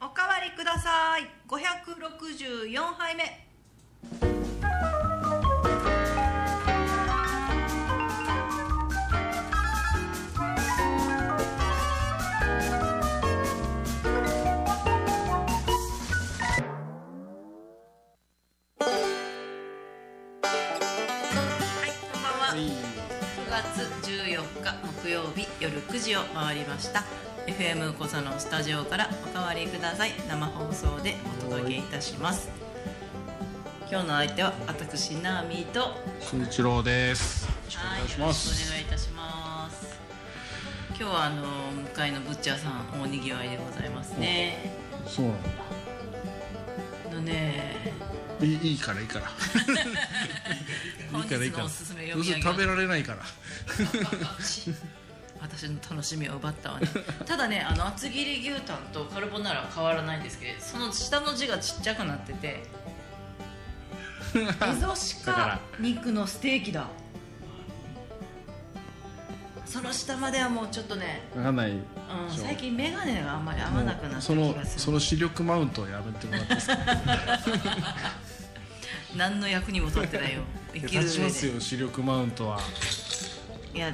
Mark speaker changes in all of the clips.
Speaker 1: おかわりください564杯目はいこんばんは9月14日木曜日夜9時を回りました FM 小座のスタジオからおかわりください生放送でお届けいたします今日の相手は私ナーミーとはいよ
Speaker 2: 新一郎です。よろしくお願いしま
Speaker 1: ろしくお
Speaker 2: す。
Speaker 1: 願いいたします今日はあの向かいのブッチャーさん大にぎわいでございますね
Speaker 2: そうなんだ。
Speaker 1: あのね
Speaker 2: いいいいからいいから。
Speaker 1: 本
Speaker 2: いいから
Speaker 1: 日
Speaker 2: いいか
Speaker 1: の
Speaker 2: ら。
Speaker 1: おすすめ
Speaker 2: ど
Speaker 1: 読
Speaker 2: う
Speaker 1: み
Speaker 2: せ
Speaker 1: 上げま
Speaker 2: 食
Speaker 1: す
Speaker 2: べられないから。
Speaker 1: 私の楽しみを奪ったわねただねあの厚切り牛タンとカルボナーラは変わらないんですけどその下の字がちっちゃくなって てエゾシ
Speaker 2: だか
Speaker 1: カ
Speaker 2: ら
Speaker 1: 肉のステーキだその下まではもうちょっとね、
Speaker 2: わかんない。
Speaker 1: うん、
Speaker 2: そう
Speaker 1: 最近眼鏡があんまり合わなくなった
Speaker 2: そ
Speaker 1: 気
Speaker 2: の
Speaker 1: がす
Speaker 2: そ
Speaker 1: る
Speaker 2: の視力マウントをやめてもらっていいですか。
Speaker 1: 何の役にも立ってないよ 生きる
Speaker 2: 立ち
Speaker 1: 上
Speaker 2: ます
Speaker 1: で
Speaker 2: よ視力マウントは。
Speaker 1: いや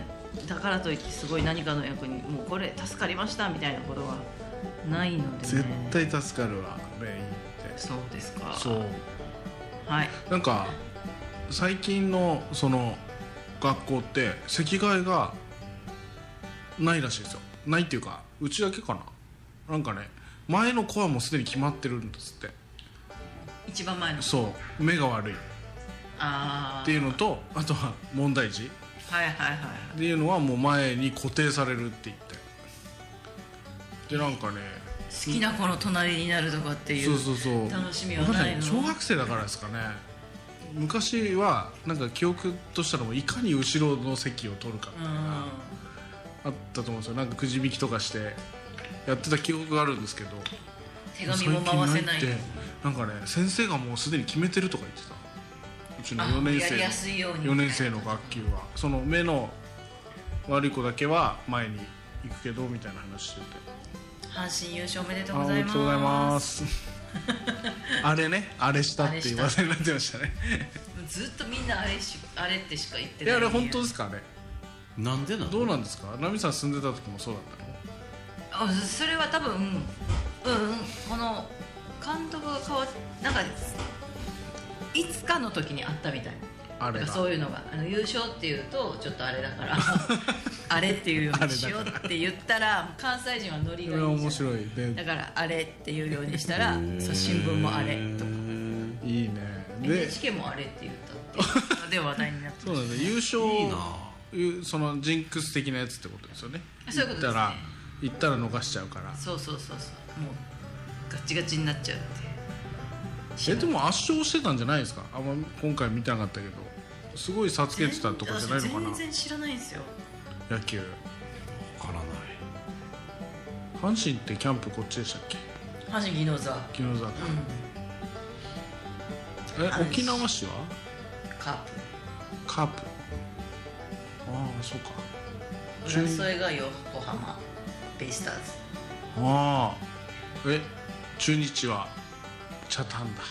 Speaker 1: だからといってすごい何かの役にもうこれ助かりましたみたいなことはないので、ね、
Speaker 2: 絶対助かるわ。レイって。
Speaker 1: そうですか
Speaker 2: そう。
Speaker 1: はい
Speaker 2: なんか最近のその学校って席替えがないらしいですよないっていうかうちだけかななんかね前の子はもうすでに決まってるんですって
Speaker 1: 一番前の
Speaker 2: そう目が悪いっ
Speaker 1: ああ
Speaker 2: ていうのとあとは問題児っ
Speaker 1: はいはいはい
Speaker 2: ていうのはもう前に固定されるって言ってでなんかね
Speaker 1: 好きな子の隣になるとかってい
Speaker 2: そううそうそう
Speaker 1: 楽しみはないの
Speaker 2: わかん小学生だからですかね昔はなんか記憶としたらもういかに後ろの席を取るかみたいな
Speaker 1: う
Speaker 2: あったと思うんですよなんかくじ引きとかしてやってた記憶があるんですけど
Speaker 1: ん手紙も回せ
Speaker 2: 最近
Speaker 1: ない
Speaker 2: ってなんかね先生がもうすでに決めてるとか言ってたうちの
Speaker 1: あ
Speaker 2: 4年
Speaker 1: や
Speaker 2: 生
Speaker 1: り
Speaker 2: の
Speaker 1: やすいように
Speaker 2: 4年生の学級はその目の悪い子だけは前に行くけどみたいな話してて
Speaker 1: 阪神優勝おめでとう
Speaker 2: あ
Speaker 1: ご
Speaker 2: お
Speaker 1: ざ
Speaker 2: め
Speaker 1: いま
Speaker 2: で
Speaker 1: す
Speaker 2: とうございます あれねあれしたって言わせになってましたね
Speaker 1: ずっとみんなあれしあれってしか言って
Speaker 2: い
Speaker 1: ない
Speaker 2: やあれ本当ですかね
Speaker 3: なんでなの
Speaker 2: どうなんですかナミさん住んでた時もそうだったの
Speaker 1: あそれは多分うんうんこの監督が変わっなんかいつかの時にあったみたいな
Speaker 2: あれ
Speaker 1: ん
Speaker 2: が
Speaker 1: かそういうのがあの優勝っていうとちょっとあれだから あれっていうようにしようって言ったら関西人はノリ
Speaker 2: そ
Speaker 1: が
Speaker 2: れはい
Speaker 1: いじ
Speaker 2: 面
Speaker 1: ゃ
Speaker 2: 白いで
Speaker 1: んだからあれっていうようにしたらそう新聞もあれとか
Speaker 2: いいねで
Speaker 1: NHK もあれって言った っていうので話題になって
Speaker 2: そう
Speaker 1: まし
Speaker 2: なんだ優勝
Speaker 3: いいな
Speaker 2: いうそのジンクス的なやつってことですよね
Speaker 1: そういうことですね
Speaker 2: 行ったら行ったら逃しちゃうから
Speaker 1: たそうそうそうそうもうガチガチになっちゃうっていう
Speaker 2: えでも圧勝してたんじゃないですかあんま今回見てなかったけどすごい差つけてたとかじゃないのかな
Speaker 1: 全然知らないんですよ
Speaker 2: 野球
Speaker 3: わからない
Speaker 2: 阪神ってキャンプこっちでしたっけ
Speaker 1: 阪神技能座
Speaker 2: 昨日だっ
Speaker 1: うん
Speaker 2: たえ
Speaker 1: 阪神
Speaker 2: 沖縄市は
Speaker 1: カー
Speaker 2: カープああそうか
Speaker 1: プ浦添が横浜ベイスターズ
Speaker 2: ああえ中日はチャタンだ
Speaker 1: は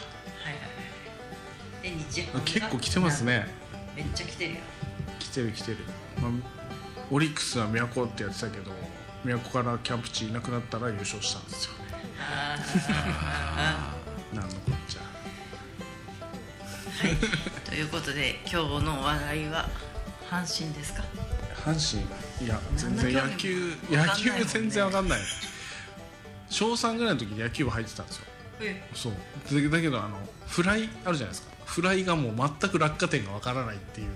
Speaker 1: いはいはいで日ハムが
Speaker 2: 結構来てますね
Speaker 1: めっちゃ来てるよ
Speaker 2: 来てる来てる、まあ、オリックスは都ってやってたけど都からキャンプ地いなくなったら優勝したんですよね
Speaker 1: ああ
Speaker 2: なんのこっちゃ
Speaker 1: ということで今日の話題は阪神ですか
Speaker 2: 阪神いや全然
Speaker 1: なんだ
Speaker 2: 野球
Speaker 1: 興味もわか
Speaker 2: 野
Speaker 1: んないもんね
Speaker 2: 球全然わかんない小3ぐらいの時に野球部入ってたんですよそうだだけどあのフライあるじゃないですかフライがもう全く落下点がわからないっていう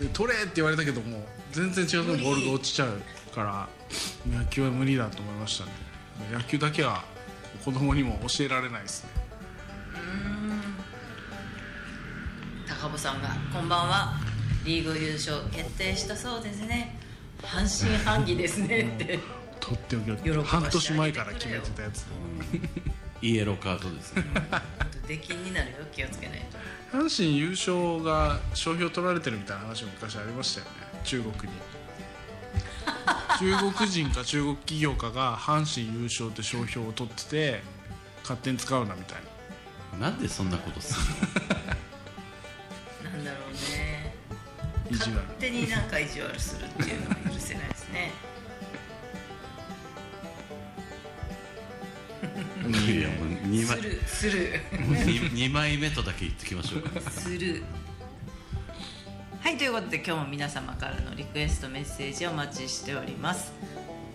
Speaker 2: で取れって言われたけどもう全然違うとこにボールが落ちちゃうから野球は無理だと思いましたね野球だけは子供にも教えられないですね
Speaker 1: 高保さんがこんばんはリーグ優勝決定したそうですね半信半疑ですねって
Speaker 2: とっておき
Speaker 1: 喜ばして
Speaker 2: 半年前から決めてたやつ
Speaker 3: イエローカードです ね
Speaker 1: 出禁になるよ気をつけないと
Speaker 2: 阪神優勝が商標取られてるみたいな話も昔ありましたよね中国に中国人か中国企業家が阪神優勝って商標を取ってて勝手に使うなみたいな
Speaker 3: なんでそんなことす
Speaker 1: なんだろうね
Speaker 2: 意地
Speaker 1: 勝
Speaker 2: 悪
Speaker 1: 手になんか意地悪するっていうのは許せないですね
Speaker 3: るのいやもう2枚
Speaker 1: スルースルー
Speaker 3: 二枚目とだけ言ってきましょうか
Speaker 1: するはいということで今日も皆様からのリクエストメッセージをお待ちしております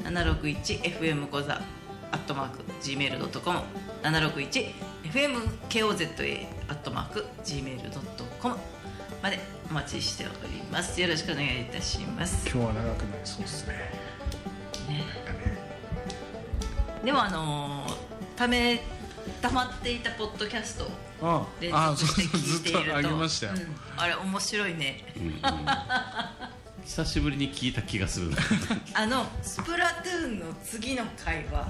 Speaker 1: 761FM 小座アットマーク Gmail.com 761FMKOZA アットマーク Gmail.com までお待ちしておりますよろしくお願いいたします
Speaker 2: 今日は長くなりそうですね
Speaker 1: ねでもあのーため溜まっていたポッドキャストを
Speaker 2: あ
Speaker 1: 連
Speaker 2: ああ
Speaker 1: 続
Speaker 2: そう
Speaker 1: して
Speaker 2: そうず
Speaker 1: 聞いている
Speaker 2: っ
Speaker 1: と
Speaker 2: とあげましたよ、
Speaker 1: うんあれ面白いね
Speaker 3: うんうん久しぶりに聞いた気が するな
Speaker 1: あのスプラトゥーンの次の回は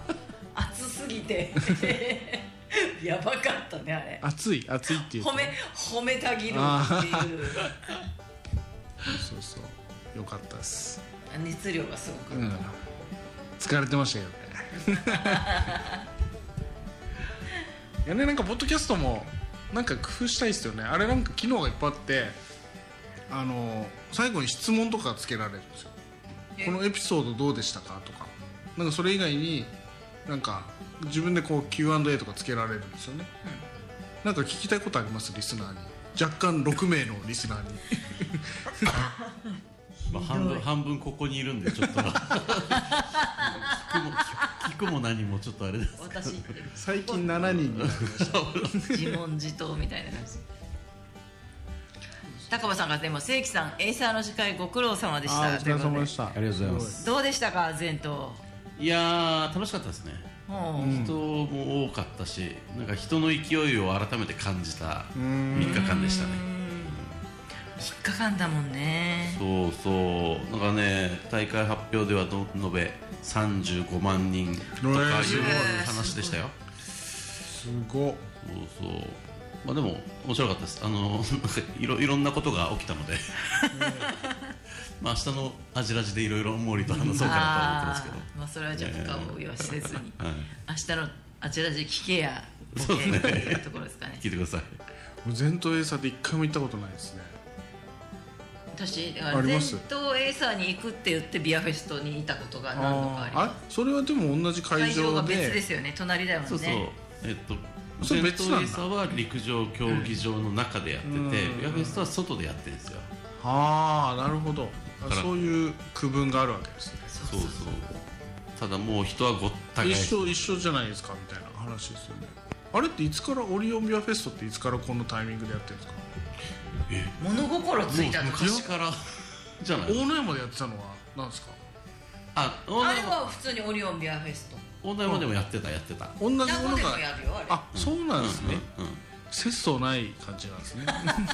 Speaker 1: 熱すぎて やばかったねあれ
Speaker 2: 暑い暑いっていうと
Speaker 1: 褒め褒めたぎるっていう
Speaker 2: そうそうよかったです、
Speaker 1: 熱量がすご
Speaker 2: う
Speaker 1: く、
Speaker 2: ん、疲れてましたけどね いやねなんかポッドキャストもなんか工夫したいですよねあれなんか機能がいっぱいあってあの最後に質問とかつけられるんですよ
Speaker 1: え
Speaker 2: このエピソードどうでしたかとかなんかそれ以外になんか自分でこう Q&A とかつけられるんですよね、なんか聞きたいことありますリスナーに若干6名のリスナーに
Speaker 3: まあ、半分半分ここにいるんでちょっと聞くも聞くも何もちょっとあれです
Speaker 1: 私
Speaker 2: 最近7人になりました
Speaker 1: 自問自答みたいな感じ高場さんがでも正規さんエイサーの司会ご苦労様でし
Speaker 2: あ
Speaker 1: た
Speaker 2: ーお疲れ様で
Speaker 1: というこ
Speaker 2: したあ
Speaker 3: りがとうございます
Speaker 1: とでどうでしたか前頭
Speaker 3: いやー楽しかったですね
Speaker 1: もう、
Speaker 2: うん
Speaker 3: 人も多かったしなんか人の勢いを改めて感じた
Speaker 2: うーん
Speaker 3: 3日間でしたね
Speaker 1: 引っかかんだもんね
Speaker 3: そうそうなんかね大会発表ではど延べ35万人とかいう
Speaker 2: えーすごい
Speaker 3: 話でしたよ
Speaker 2: すごっ
Speaker 3: そうそうまあでも面白かったですあの なんかいろいろんなことが起きたので まあ明日のアジラジでいろいろ毛利と話そうかなとは思ってますけど
Speaker 1: あーまあそれはじゃあ深追いはせずに、
Speaker 3: はい
Speaker 1: 明日のあちらで聞けや
Speaker 3: そうですね
Speaker 1: ボケっていうところですかね
Speaker 3: 聞いてください
Speaker 2: もう前頭エーサーで一回も行ったことないですね
Speaker 1: 私だ
Speaker 2: あ
Speaker 1: から
Speaker 2: り
Speaker 1: 前
Speaker 2: ます
Speaker 1: 頭エイサーに行くって言ってビアフェストにいたことが何度かあ
Speaker 2: あ
Speaker 1: り
Speaker 2: ーあれ
Speaker 1: ます
Speaker 2: それはでも同じ会
Speaker 1: 会場
Speaker 2: 場
Speaker 1: が別で
Speaker 2: です
Speaker 1: よね隣だよね
Speaker 3: そうそうえっと
Speaker 2: それ
Speaker 3: ベン
Speaker 2: 別
Speaker 3: ト
Speaker 2: なんだ
Speaker 3: レーサーは陸上競技場の中でやってて、
Speaker 2: うん
Speaker 3: ビアフェストは外でやってるんですよ
Speaker 2: ああなるほど
Speaker 3: だから
Speaker 2: そういう区分があるわけですね
Speaker 1: そ
Speaker 3: そうそうただもう人はごった返
Speaker 2: 一
Speaker 3: し
Speaker 2: 緒一緒じゃないですかみたいな話ですよねあれっていつからオリオンビアフェストっていつからこのタイミングでやってるんですか
Speaker 1: 物心ついた
Speaker 3: も
Speaker 1: の
Speaker 3: う
Speaker 1: かし
Speaker 3: 昔からじゃない
Speaker 2: 大野山でやってたのは何ですか
Speaker 3: あオー
Speaker 1: ら
Speaker 3: ナ
Speaker 1: あれ
Speaker 3: ーも
Speaker 1: は普通にオリオンビアフェスト
Speaker 3: オーナーまでもやってたやってた
Speaker 2: 同じもの
Speaker 1: 名古でも
Speaker 2: が
Speaker 1: やるよあれ
Speaker 2: あそうなんですね
Speaker 3: うんうん
Speaker 2: 節操ない感じなんですね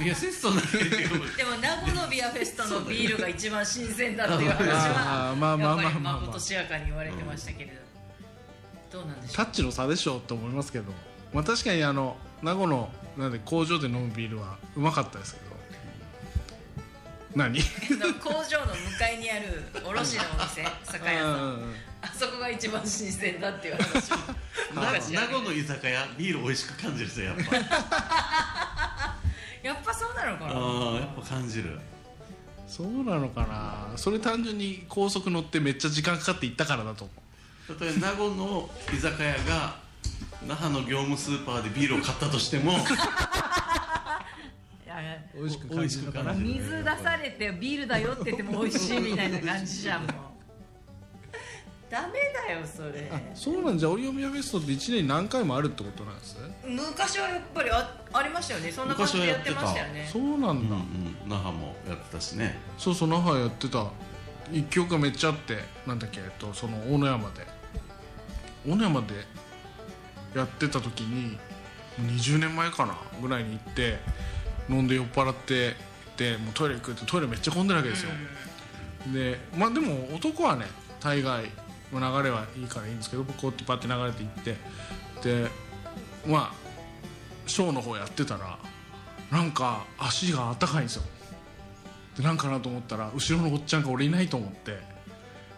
Speaker 3: いや、節操ないけど、
Speaker 1: でも名古のビアフェストのビールが一番新鮮だっていう話
Speaker 2: あ
Speaker 1: は
Speaker 2: ーまあまあまあまあまあ
Speaker 1: やっぱりまことしやかに言われてましたけれど、どうなんでしょ
Speaker 2: タ
Speaker 1: う
Speaker 2: ッチの差でしょって思いますけどまあ確かにあの名護のなんで工場で飲むビールはうまかったですけど何
Speaker 1: 工場の向かいにある卸のお店酒屋さ
Speaker 2: うんんうんうん
Speaker 1: あそこが一番新鮮だっていう話を
Speaker 3: 名護の居酒屋、ビール美味しく感じる人やっぱ。
Speaker 1: やっぱそうなのかな
Speaker 3: ああ、やっぱ感じる。
Speaker 2: そうなのかなそれ単純に高速乗ってめっちゃ時間かかって行ったからだと思
Speaker 3: 例えば、名護の居酒屋が、那覇の業務スーパーでビールを買ったとしても。
Speaker 1: いやいや
Speaker 2: う美味しく
Speaker 3: 感じるのかな
Speaker 1: 水出されてビールだよって言っても美味しいみたいな感じじゃんもうダメだよそれ
Speaker 2: あそうなんじゃオリオンビアフェストって1年何回もあるってことなんですね
Speaker 1: 昔はやっぱりあありましたよねそんな感じでやってましたよね
Speaker 2: そうなん
Speaker 3: うん、う
Speaker 2: だ、
Speaker 3: ん、那覇もやってたしね。
Speaker 2: そうそう那覇やってた一曲がめっちゃあってなんだっけ、えっと、その大野山で大野山でやってた時に20年前かなぐらいに行って飲んで酔っ払ってでもうトイレ行くってトイレめっちゃ混んでるわけですよ、でまあでも男はね大概流れはいいからいいんですけどこうやってパッて流れていってでまあショーの方やってたらなんか足があったかいんですよでなんかなと思ったら後ろのおっちゃんが俺いないと思って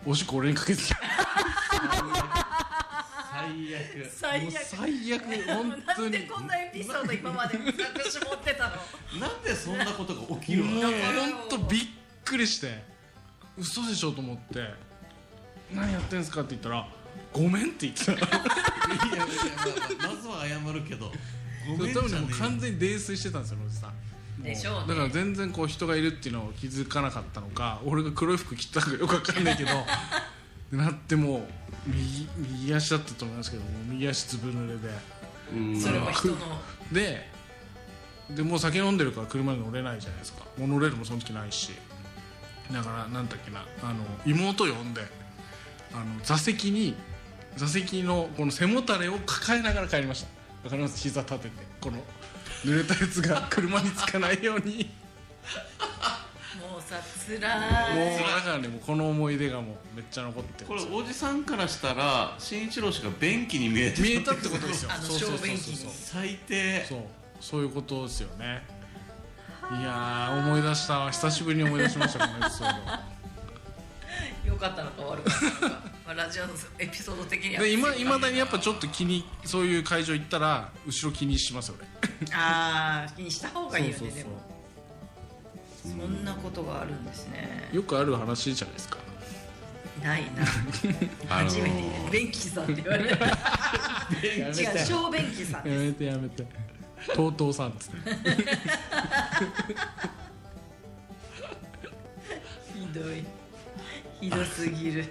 Speaker 2: おしっこ俺にかけてた
Speaker 3: 最悪
Speaker 1: 最
Speaker 2: もう
Speaker 1: 悪
Speaker 2: 最悪本当
Speaker 1: なんで
Speaker 2: に
Speaker 1: こんなエピソード今まで私持って たの
Speaker 3: なんでそんなことが起き
Speaker 2: も
Speaker 3: る
Speaker 2: う
Speaker 3: の
Speaker 2: 本当びっくりして嘘でしょと思って何やってんすかって言ったらごめんって言ってた
Speaker 3: いやいやまあまずは謝るけどごめんじ
Speaker 2: 多
Speaker 3: ゃ
Speaker 2: 分ね
Speaker 3: ね
Speaker 2: もう
Speaker 3: え
Speaker 2: 完全に泥酔してたんですよ野口さんもう
Speaker 1: でしょうね
Speaker 2: だから全然こう人がいるっていうのを気づかなかったのか俺が黒い服着たかよくわかんないけど なってもう右右足だったと思いますけどもう右足ずぶ濡れで
Speaker 3: うん
Speaker 1: それも人の
Speaker 2: ででもう酒飲んでるから車に乗れないじゃないですかモノレールもその時ないしだからなんだっけなあの妹呼んであの座席に座席のこの背もたれを抱えながら帰りましたわかります膝立ててこの濡れたやつが車につかないように
Speaker 1: もうさ辛
Speaker 2: もう
Speaker 1: い
Speaker 2: だからねもうこの思い出がもうめっちゃ残ってる
Speaker 3: これおじさんからしたら新一郎氏が便器に見えて
Speaker 2: 見えたってことですよ
Speaker 1: あの
Speaker 2: そうそうそうそう
Speaker 1: 小便器に
Speaker 3: 最低
Speaker 2: そうそういうことですよねいやー思い出したわ久しぶりに思い出しましたこのエピソード
Speaker 1: 良かったのか悪かったのか、まあ、ラジオのエピソード的 には
Speaker 2: で今いまだにやっぱちょっと気にそういう会場行ったら後ろ気にしますよね
Speaker 1: ああ気にした方がいいよね
Speaker 2: そうそう
Speaker 1: でもそんなことがあるんですね
Speaker 2: よくある話じゃないですか
Speaker 1: ないな
Speaker 3: あのー
Speaker 1: 初めてね便器さんって言われる
Speaker 2: やめ
Speaker 1: 違う小便器さん
Speaker 2: やめてやめてとうとうさんですね
Speaker 1: ひどいひどすぎる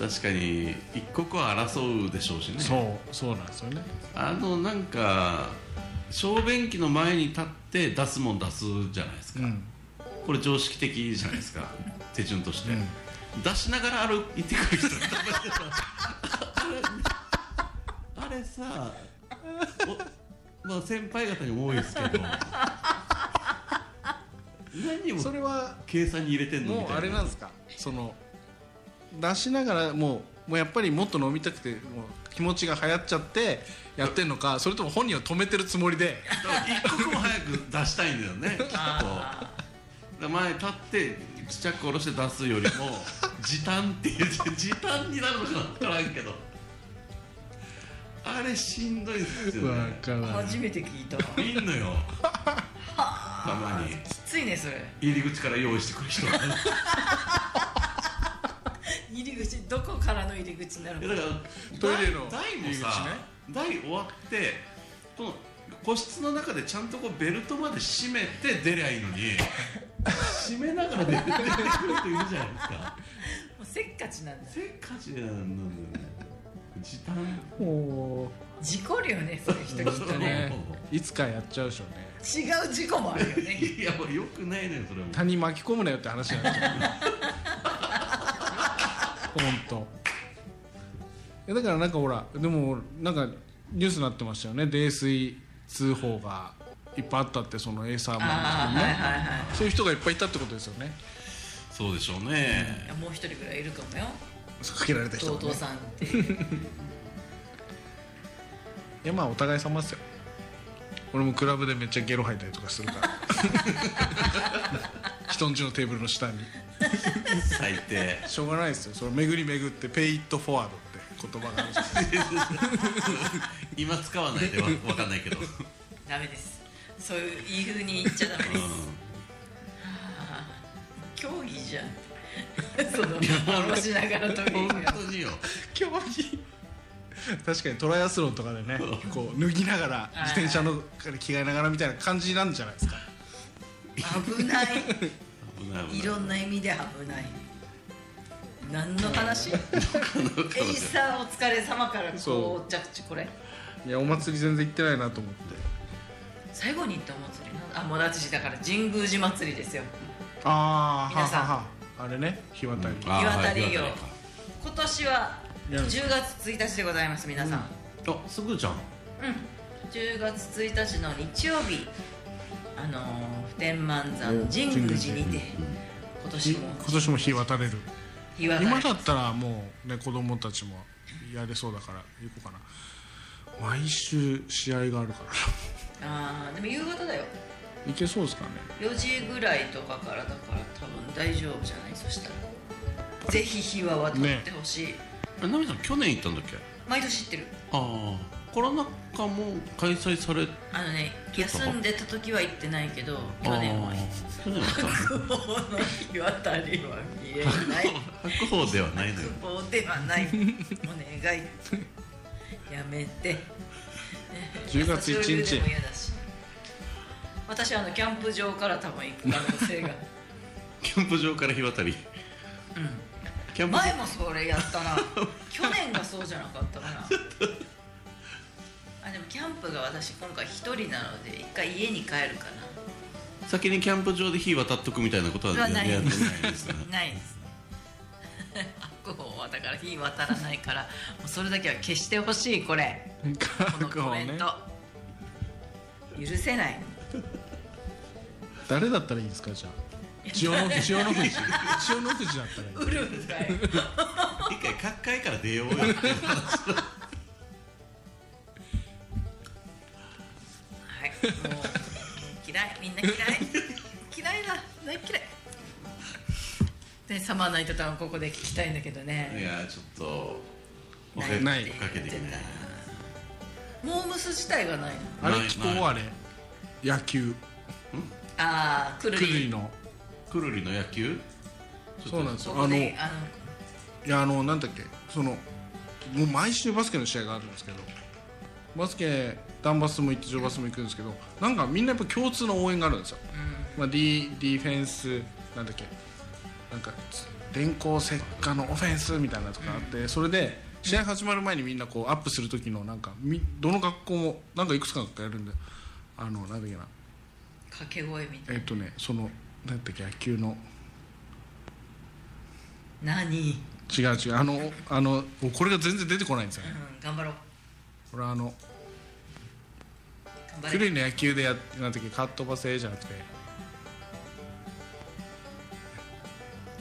Speaker 3: 確かに一刻は争うでしょうしね
Speaker 2: そうそうなんですよね
Speaker 3: あのなんか小便器の前に立って出すもん出すじゃないです
Speaker 2: う
Speaker 3: か、
Speaker 2: ん
Speaker 3: これ常識的じゃないですか手順として、
Speaker 2: うん
Speaker 3: 出しながら歩いてくる人あれ さおまあ先輩方にも多いですけど 何
Speaker 2: そ
Speaker 3: を
Speaker 2: れは
Speaker 3: 計算に入れてんのみ
Speaker 2: もう
Speaker 3: たいな
Speaker 2: あれなんですかその出しながらもうもうやっぱりもっと飲みたくてもう気持ちが流行っちゃってやってんのかそれとも本人を止めてるつもりで
Speaker 3: だから一刻も早く出したいんだよねきっとだから前立ってちっちゃく下ろして出すよりも時短っていう時短になるのか分からんけどあれしんどいですよね
Speaker 2: ら
Speaker 1: 初めて聞いた
Speaker 3: いんのよたまに
Speaker 1: きついねそれ
Speaker 3: 入り口から用意してくる人がい
Speaker 1: 入り口どこからの入り口になる
Speaker 3: や
Speaker 1: の
Speaker 3: だから
Speaker 2: トイレの
Speaker 3: 台
Speaker 2: 入
Speaker 3: も
Speaker 2: り口ね
Speaker 3: さ台終わってこの個室の中でちゃんとこうベルトまで締めて出りゃいいのに締めながら出てくる人いるじゃないですか
Speaker 1: もうせっかちなんだ
Speaker 3: せっかちなんだよね時短
Speaker 2: も
Speaker 1: 事故るよねそういう人きっとね
Speaker 2: うねいつかやっちゃうでしょうね
Speaker 1: 違う事故もあるよね
Speaker 3: いやもうよくないのよそれも
Speaker 2: 他人巻き込むなよって話なんですよ本当いやだからなんかほらでもなんかニュースになってましたよね泥酔通報がいっぱいあったってそのエイサーマ
Speaker 1: あ
Speaker 2: ン
Speaker 1: あ
Speaker 2: の
Speaker 1: はい
Speaker 2: ね
Speaker 1: はいはい
Speaker 2: そういう人がいっぱいいたってことですよね
Speaker 3: そうでしょうね
Speaker 1: いやもう一人ぐらいいるかもよ
Speaker 2: かけられた人
Speaker 1: 弟
Speaker 2: が、ね、
Speaker 1: さんっていう
Speaker 2: いやまあお互い様ですよ俺もクラブでめっちゃゲロ吐いたりとかするから人んちのテーブルの下に
Speaker 3: 最低
Speaker 2: しょうがないですよそれ巡り巡って「ペイ・イット・フォワード」って言葉があ るじゃん
Speaker 3: 今使わないでわわかんないけど、うん、
Speaker 1: ダメですそういういい風に言っちゃダメです競技じゃん その回しながらトイレ行く
Speaker 3: 本
Speaker 1: やつ
Speaker 3: 当によ
Speaker 2: 競技確かにトライアスロンとかでねこう脱ぎながら
Speaker 1: いはい
Speaker 2: 自転車の着替えながらみたいな感じなんじゃないですか
Speaker 1: 危ない
Speaker 3: 危ない危ない
Speaker 1: いろんな意味で危ない何の話エイサーお疲れ様からこ
Speaker 2: そう
Speaker 1: 着地これ
Speaker 2: いやお祭り全然行ってないなと思って
Speaker 1: 最後に行ったお祭りなんあもう私だから神宮寺祭りですよ
Speaker 2: ああ
Speaker 1: 皆さん
Speaker 2: はあはああれね日渡り、
Speaker 3: あ
Speaker 1: 岩谷
Speaker 3: はい
Speaker 1: よ
Speaker 3: 岩
Speaker 1: 今年は
Speaker 2: やる
Speaker 1: 10月1日でございます皆さん、
Speaker 3: 谷あすぐちゃん
Speaker 1: うん、10月1日の日曜日あのー普天満山神宮寺にて今年
Speaker 2: い
Speaker 1: も
Speaker 2: 今年も日渡れる
Speaker 1: 日渡り
Speaker 2: 今だったらもうね子供たちもやれそうだから行こうかな毎週試合があるから
Speaker 1: あーでも夕方だよ
Speaker 2: 行けそうですかね
Speaker 1: 4時ぐらいとかからだから多分大丈夫じゃないそしたらぜひ日は渡ってほしい、
Speaker 3: えナミさん去年行ったんだっけ
Speaker 1: 毎年行ってる
Speaker 3: ああコロナ禍も開催され
Speaker 1: あのね
Speaker 3: ちょっと
Speaker 1: 休んでた時は行ってないけど去年は
Speaker 3: あー去年は行っ
Speaker 1: 白鵬の 日渡りは見えない
Speaker 3: た白鵬ではないのよ
Speaker 1: 白鵬ではないお願いやめて
Speaker 2: 10月
Speaker 1: 久
Speaker 2: 1
Speaker 1: しぶりで
Speaker 2: 日
Speaker 1: も嫌だし私はあのキャンプ場から多分行く可能性が
Speaker 3: キャンプ場から日渡りキャンプ場
Speaker 1: 前もそれやったな去年がそうじゃなかったかなあでもキャンプが私今回一人なので一回家に帰るか
Speaker 3: 先にキャンプ場で火渡っとくみたいなことは
Speaker 1: はない
Speaker 3: やってないですね
Speaker 1: なないです 白鵬はだから火渡らないからもうそれだけは消してほしいこれこの
Speaker 2: 覚
Speaker 1: コ
Speaker 2: 悟
Speaker 1: メン
Speaker 2: ね
Speaker 1: ト、許せ ない
Speaker 2: 誰だったらいいですかじゃあ千代の富士千代の富士千代の富士だったらい い
Speaker 1: 売るんかい
Speaker 3: 一回各界から出ようよって
Speaker 1: はい、もう嫌い、みんな嫌い、嫌いだ、大嫌い。で、サマーナイトタウンここで聞きたいんだけど
Speaker 3: い
Speaker 1: ね。
Speaker 3: やーちょっとおか
Speaker 1: ない
Speaker 2: ない
Speaker 3: おかけできない
Speaker 1: モームス自体がないの。
Speaker 2: あれ
Speaker 3: ない
Speaker 2: 気候あれ野球
Speaker 1: ああ、くる
Speaker 2: くるり
Speaker 1: り。
Speaker 2: の
Speaker 3: くるりの野球ちょっと
Speaker 2: そうなんです
Speaker 1: こ
Speaker 2: よ
Speaker 1: こ
Speaker 2: あの
Speaker 1: で
Speaker 2: い、
Speaker 1: あ
Speaker 2: やあのなんだっけそのもう毎週バスケの試合があるんですけどバスケダンバスも行ってジョバスも行くんですけどなんかみんなやっぱ共通の応援があるんですよ、まあ、ディディフェンスなんだっけなんかつ電光石火のオフェンスみたいなのとかあって、それで試合始まる前にみんなこうアップする時のなんかみどの学校もなんかいくつかの学校やるんであのなんだっけな
Speaker 1: の、掛け声みたい
Speaker 2: えっとねそのなんだっけ野球の
Speaker 1: な。何、うん、
Speaker 2: 違う違うあのあのもうこれが全然出てこないんですよね
Speaker 1: 頑張ろう。
Speaker 2: これはあの
Speaker 1: 頑張
Speaker 2: 種
Speaker 1: れ。
Speaker 2: 類の野球でやなんていうかカットバスじゃなくて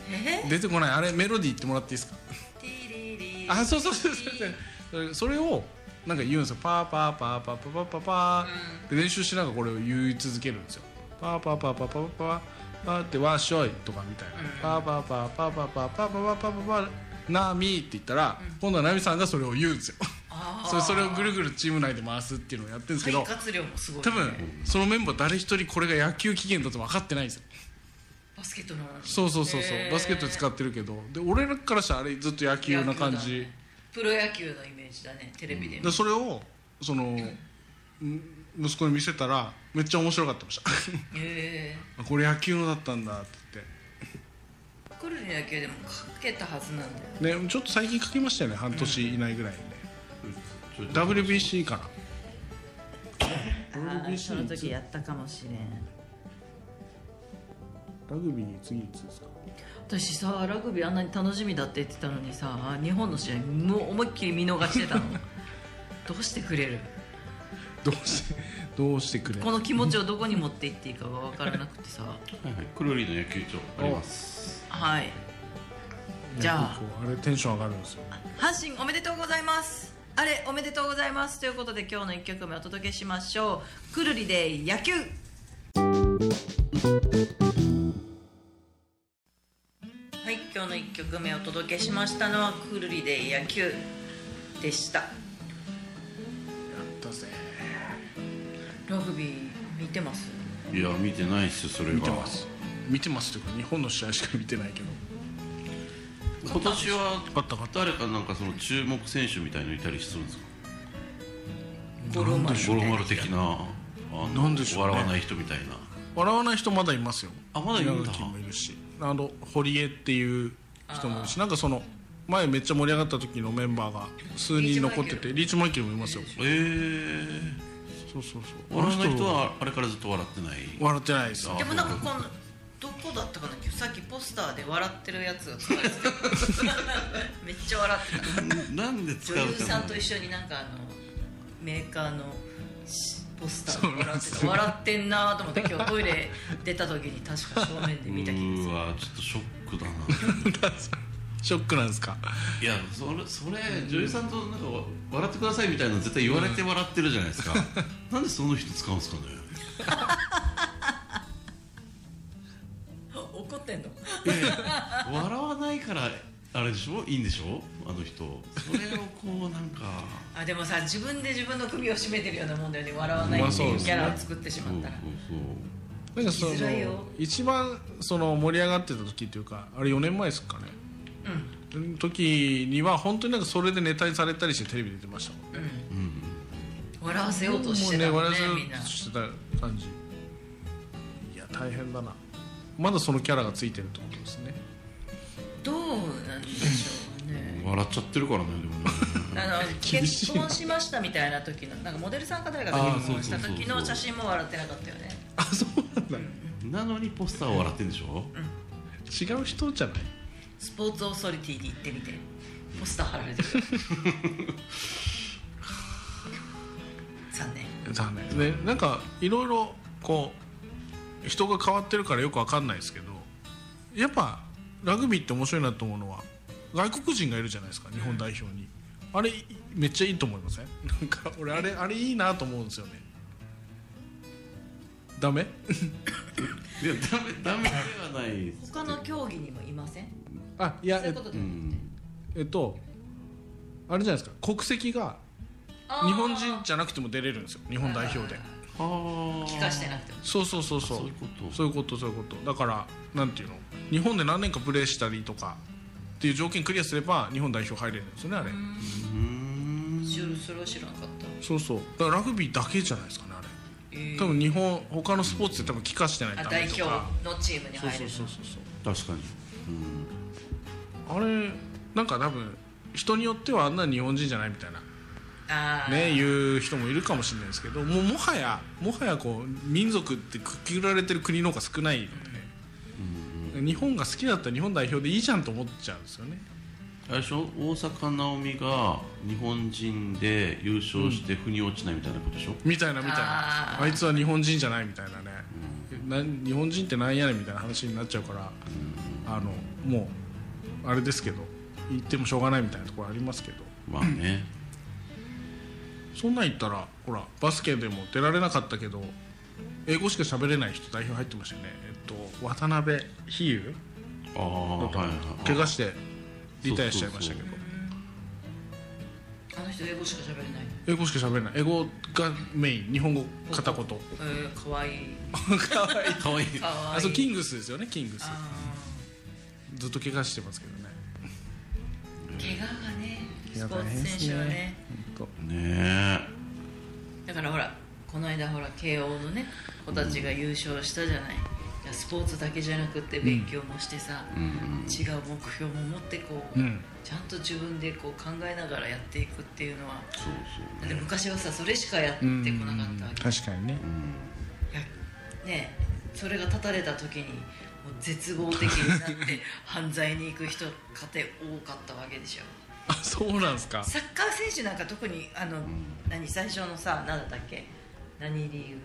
Speaker 1: え
Speaker 2: 出てこないあれメロディー言ってもらっていいですか
Speaker 1: ー、ティリリ。
Speaker 2: あそうそうそうそうそうそれをなんか言うんですよパーパーパーパーパーパーパーで練習しながらこれを言い続けるんですよパーパーパーパーパーパーパーってわっしょいとかみたいなパーパーパーパーパーパーパーパーパーパーパーなみって言ったら今度はなみさんがそれを言うんですよ
Speaker 1: あ
Speaker 2: それそれをぐるぐるチーム内で回すっていうのをやってるんですけ
Speaker 1: 肺
Speaker 2: ど
Speaker 1: 活量もすごい、ね。
Speaker 2: 多分そのメンバー誰一人これが野球期限だと分かってないんですよ
Speaker 1: バスケットの。
Speaker 2: そうそうそうそう、
Speaker 1: へー
Speaker 2: バスケット使ってるけどで俺らからしたらあれずっと野球な感
Speaker 1: 野球
Speaker 2: じ
Speaker 1: だ、ねプロ野球のイメージだね、テレビで見る。
Speaker 2: でそれをその、ん息子に見せたらめっちゃ面白かったました
Speaker 1: ええ
Speaker 2: あこれ野球のだったんだって
Speaker 1: くるりの野球でもかけたはずなんだよ
Speaker 2: 言ってねちょっと最近書きましたよね半年以内ぐらいにね、
Speaker 3: ちょっと
Speaker 2: WBC かな WBC
Speaker 1: その時やったかもしれん
Speaker 2: ラグビーに次いつですか
Speaker 1: 私さラグビーあんなに楽しみだって言ってたのにさ日本の試合もう思いっきり見逃 してたのどうしてくれる
Speaker 2: どうして どうしてくれ
Speaker 1: この気持ちをどこに持っていっていいかが分からなくてさ
Speaker 3: はいはいくるりの野球場あります
Speaker 1: はいじゃあ
Speaker 2: いや結構あれテンション上がるんですよ
Speaker 1: 阪神おめでとうございますあれおめでとうございますということで今日の1曲目お届けしましょうくるりで野球はい今日の1曲目お届けしましたのはくるりで野球でした
Speaker 2: やったぜ
Speaker 1: ラグビー見てます
Speaker 3: いや見てないっすよそれが
Speaker 2: 見てます見てますというか日本の試合しか見てないけど
Speaker 3: 今年は
Speaker 2: 勝った勝った
Speaker 3: 誰かなんかその注目選手みたいのいたりするんですか
Speaker 1: 五郎丸
Speaker 3: 五郎丸的なあの
Speaker 2: なんでしょうね
Speaker 3: 笑わない人みたいな
Speaker 2: 笑わない人まだいますよ
Speaker 3: あまだいるん
Speaker 2: 稲
Speaker 3: だ
Speaker 2: 垣もいるしあの堀江っていう人もいるしなんかその前めっちゃ盛り上がった時のメンバーが数人残っててリーチマイケルもいますよ
Speaker 3: ええ
Speaker 2: そうそうそう
Speaker 3: 笑わない人
Speaker 2: あの
Speaker 3: はあれからずっと笑ってない
Speaker 2: 笑ってないです
Speaker 3: あ
Speaker 1: でもなんかこのどこだったかな今日さっきポスターで笑ってるやつが使われてた めっちゃ笑ってた
Speaker 3: んなんで使う
Speaker 1: 女
Speaker 3: か
Speaker 1: 優さんと一
Speaker 3: 緒
Speaker 1: 緒になんかあのメーカーのしポスタ
Speaker 2: そう
Speaker 1: ー笑
Speaker 2: なんで
Speaker 1: って
Speaker 2: す
Speaker 1: た
Speaker 2: よ
Speaker 1: 笑ってんなと思って今日トイレ出た時に確か正面で見た気がす
Speaker 3: う
Speaker 1: る
Speaker 3: わちょっとショックだな
Speaker 2: ショックなんですか
Speaker 3: いやそれそれ女優さんとなんかわ笑ってくださいみたいなの絶対言われて笑ってるじゃないです かなんでその人使うんですかね
Speaker 1: 怒ってんの
Speaker 3: いやいや笑わないからあれでしょいいんでしょあの人それをこうなんか
Speaker 1: あでもさ自分で自分の首を絞めてるようなもんだよね笑わない
Speaker 2: まあ
Speaker 1: って
Speaker 2: そう
Speaker 1: いう
Speaker 2: です
Speaker 1: キ
Speaker 2: ね
Speaker 1: ャラを作ってし
Speaker 3: そう
Speaker 1: まっ
Speaker 3: そう
Speaker 1: たら、
Speaker 2: なんかその
Speaker 1: いずれよ
Speaker 2: 一番その盛り上がってた時っていうかあれ4年前ですかね時には本当になんかそれでネタにされたりしてテレビ出てましたもんね
Speaker 3: そううん
Speaker 1: 笑わせようとしてた
Speaker 2: も
Speaker 1: も
Speaker 2: うんね
Speaker 1: ね
Speaker 2: 笑
Speaker 1: みん
Speaker 2: わ
Speaker 1: な
Speaker 2: せようとしてた感じいや大変だなまだそのキャラがついてるってことですね
Speaker 1: どうなんでしょうね
Speaker 3: 笑っちゃってるからねで もね
Speaker 1: あの
Speaker 2: 厳しい
Speaker 1: 結婚しましたみたいな時のなんかモデルさんか誰かが結婚した時の写真も笑ってなかったよね
Speaker 2: あそうなんだ
Speaker 3: なのにポスターを笑ってんでしょ
Speaker 2: 違う人じゃない
Speaker 1: スポーツオーソリティに行ってみてポスター貼ら れてる残念
Speaker 2: だねでなんかいろいろこう人が変わってるからよくわかんないですけどやっぱラグビーって面白いなと思うのは外国人がいるじゃないですか日本代表にあれめっちゃいいと思いませんなんか俺あれあれいいなと思うんですよねダメ
Speaker 3: いやダメダメではないです
Speaker 1: 他の競技にもいません
Speaker 2: あいや
Speaker 1: そうい
Speaker 2: え
Speaker 1: うこと
Speaker 3: う
Speaker 1: で
Speaker 3: ん
Speaker 2: えっとあれじゃないですか国籍が日本人じゃなくても出れるんですよ日本代表で
Speaker 3: はあ
Speaker 1: 聞かしてなくても
Speaker 2: そうそうそうそう
Speaker 3: そういうこと
Speaker 2: そういうことそういうことだからなんていうの日本で何年かプレーしたりとかっていう条件クリアすれば日本代表入れるんですよねあれ
Speaker 3: うん
Speaker 1: 知るそれは知らなかった
Speaker 2: そうそうだからラグビーだけじゃないですかねあれ
Speaker 1: えー
Speaker 2: 多分日本他のスポーツって多分帰化してない
Speaker 1: あ
Speaker 2: とダ
Speaker 1: 代
Speaker 2: メ
Speaker 1: 表
Speaker 2: とか
Speaker 1: のチームに
Speaker 2: そう
Speaker 1: 入るの
Speaker 2: そうそうそうそう
Speaker 3: 確かに
Speaker 2: あ
Speaker 3: うん
Speaker 2: れなんか多分人によってはあんな日本人じゃないみたいな
Speaker 1: ああ
Speaker 2: ね言う人もいるかもしれないですけどもうもはやもはやこう民族ってくくられてる国の方が少ないので、日本が好きだったら日本代表でいいじゃんと思っちゃうんですよね
Speaker 3: あれでしょ大坂なおみが日本人で優勝して腑に落ちないみたいなことでしょ、
Speaker 2: みたいなみたいな
Speaker 1: あ
Speaker 2: あ
Speaker 1: ー
Speaker 2: いつは日本人じゃないみたいなね、な日本人ってなんやねんみたいな話になっちゃうから、あのもうあれですけど言ってもしょうがないみたいなところありますけど
Speaker 3: まあね
Speaker 2: そんなん言ったらほらバスケでも出られなかったけど英語しか喋れない人代表入ってましたよねえっと渡辺比喩
Speaker 3: ああはいはい
Speaker 2: 怪我してリタイアしちゃいましたけど
Speaker 3: そう
Speaker 1: あの人英語しか喋れない
Speaker 2: 英語しか喋れない英語がメイン日本語片言
Speaker 1: えー、かわいい
Speaker 3: かわいい
Speaker 1: かわいい
Speaker 2: あそうキングスですよねキングス
Speaker 1: あ
Speaker 2: ずっと怪我してますけどね
Speaker 1: ー怪我がね
Speaker 2: 怪
Speaker 1: ス
Speaker 2: 我
Speaker 1: ポー
Speaker 2: 大変
Speaker 1: ツ
Speaker 2: ですね
Speaker 1: 選手はね
Speaker 2: ほんと
Speaker 3: ね
Speaker 1: だからほらこの間ほら慶応のね子たちが優勝したじゃない,、いやスポーツだけじゃなくて勉強もしてさ、
Speaker 3: えうん
Speaker 1: 違う目標も持ってこう、
Speaker 2: うん
Speaker 1: ちゃんと自分でこう考えながらやっていくっていうのは
Speaker 3: そうそ
Speaker 1: だっ
Speaker 3: う
Speaker 1: て
Speaker 3: ね
Speaker 1: 昔はさそれしかやってこなかったわけ、
Speaker 2: 確かにね
Speaker 1: い
Speaker 3: うん
Speaker 1: やねえそれが断たれた時にもう絶望的になって犯罪に行く人家庭多かったわけでしょ
Speaker 2: あそうなんですか
Speaker 1: サッカー選手なんか特にあの、何最初のさ何だったっけ何リーグ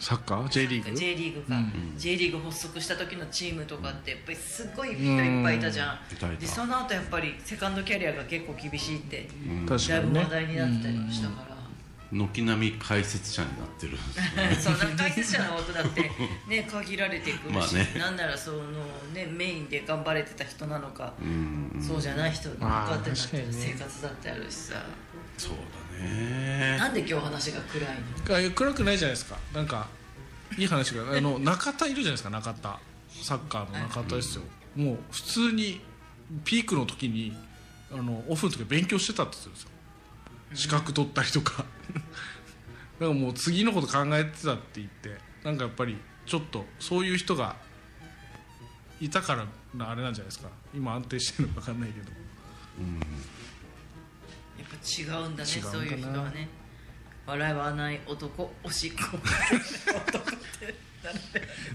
Speaker 2: サッカー J リーグ
Speaker 1: J リーグか、J リーグ発足した時のチームとかってやっぱりすごい人いっぱいいたじゃん
Speaker 3: うんいたいた
Speaker 1: でその後やっぱりセカンドキャリアが結構厳しいって
Speaker 2: 確
Speaker 1: だい
Speaker 2: かに
Speaker 1: ぶ
Speaker 2: ね
Speaker 1: 話題になってたりもしたから、
Speaker 3: 軒並み解説者になってる
Speaker 1: そんな解説者のことだって、ね、限られてくるし、
Speaker 3: まあね
Speaker 1: なんならその、ね、メインで頑張れてた人なのか、
Speaker 3: うん
Speaker 1: そうじゃない人なのかってなってる
Speaker 2: あー確かに
Speaker 1: 生
Speaker 2: ね
Speaker 1: 活だってあるしさ、
Speaker 3: そうだね
Speaker 1: なんで今日話が暗いの
Speaker 2: あいや暗くないじゃないですかなんかいい話があの中田いるじゃないですか中田サッカーの中田ですよもう普通にピークの時にあのオフの時は勉強してたって言ってるんですよ資格取ったりとか なんかもう次のこと考えてたって言ってなんかやっぱりちょっとそういう人がいたからなあれなんじゃないですか今安定してるのか分かんないけど
Speaker 1: やっぱ違うんだね
Speaker 2: 違うんかな
Speaker 1: そういう人はね笑わない男おしっこ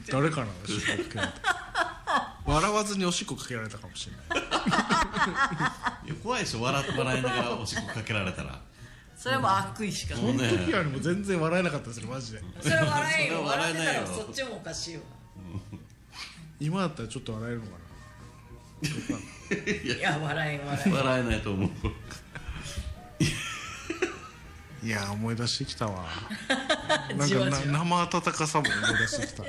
Speaker 2: 誰かなおしっこかけられた笑わずにおしっこかけられたかもしれない
Speaker 3: いや怖いでしょ笑笑いながらおしっこかけられたら
Speaker 1: それはもう悪意しかない、
Speaker 3: もうね
Speaker 2: 時よりも全然笑えなかったですよマジで
Speaker 1: それは笑えよ
Speaker 3: それは
Speaker 1: 笑
Speaker 3: 笑
Speaker 1: って
Speaker 3: えない
Speaker 1: た
Speaker 3: よ
Speaker 1: らそっちもおかしいよ
Speaker 2: 今だったらちょっと笑えるのか
Speaker 1: いや笑えん笑えん
Speaker 3: 笑えないと思う
Speaker 2: ないやー思い出してきた わなんかな
Speaker 1: じわじわ
Speaker 2: 生温かさも思い出してきた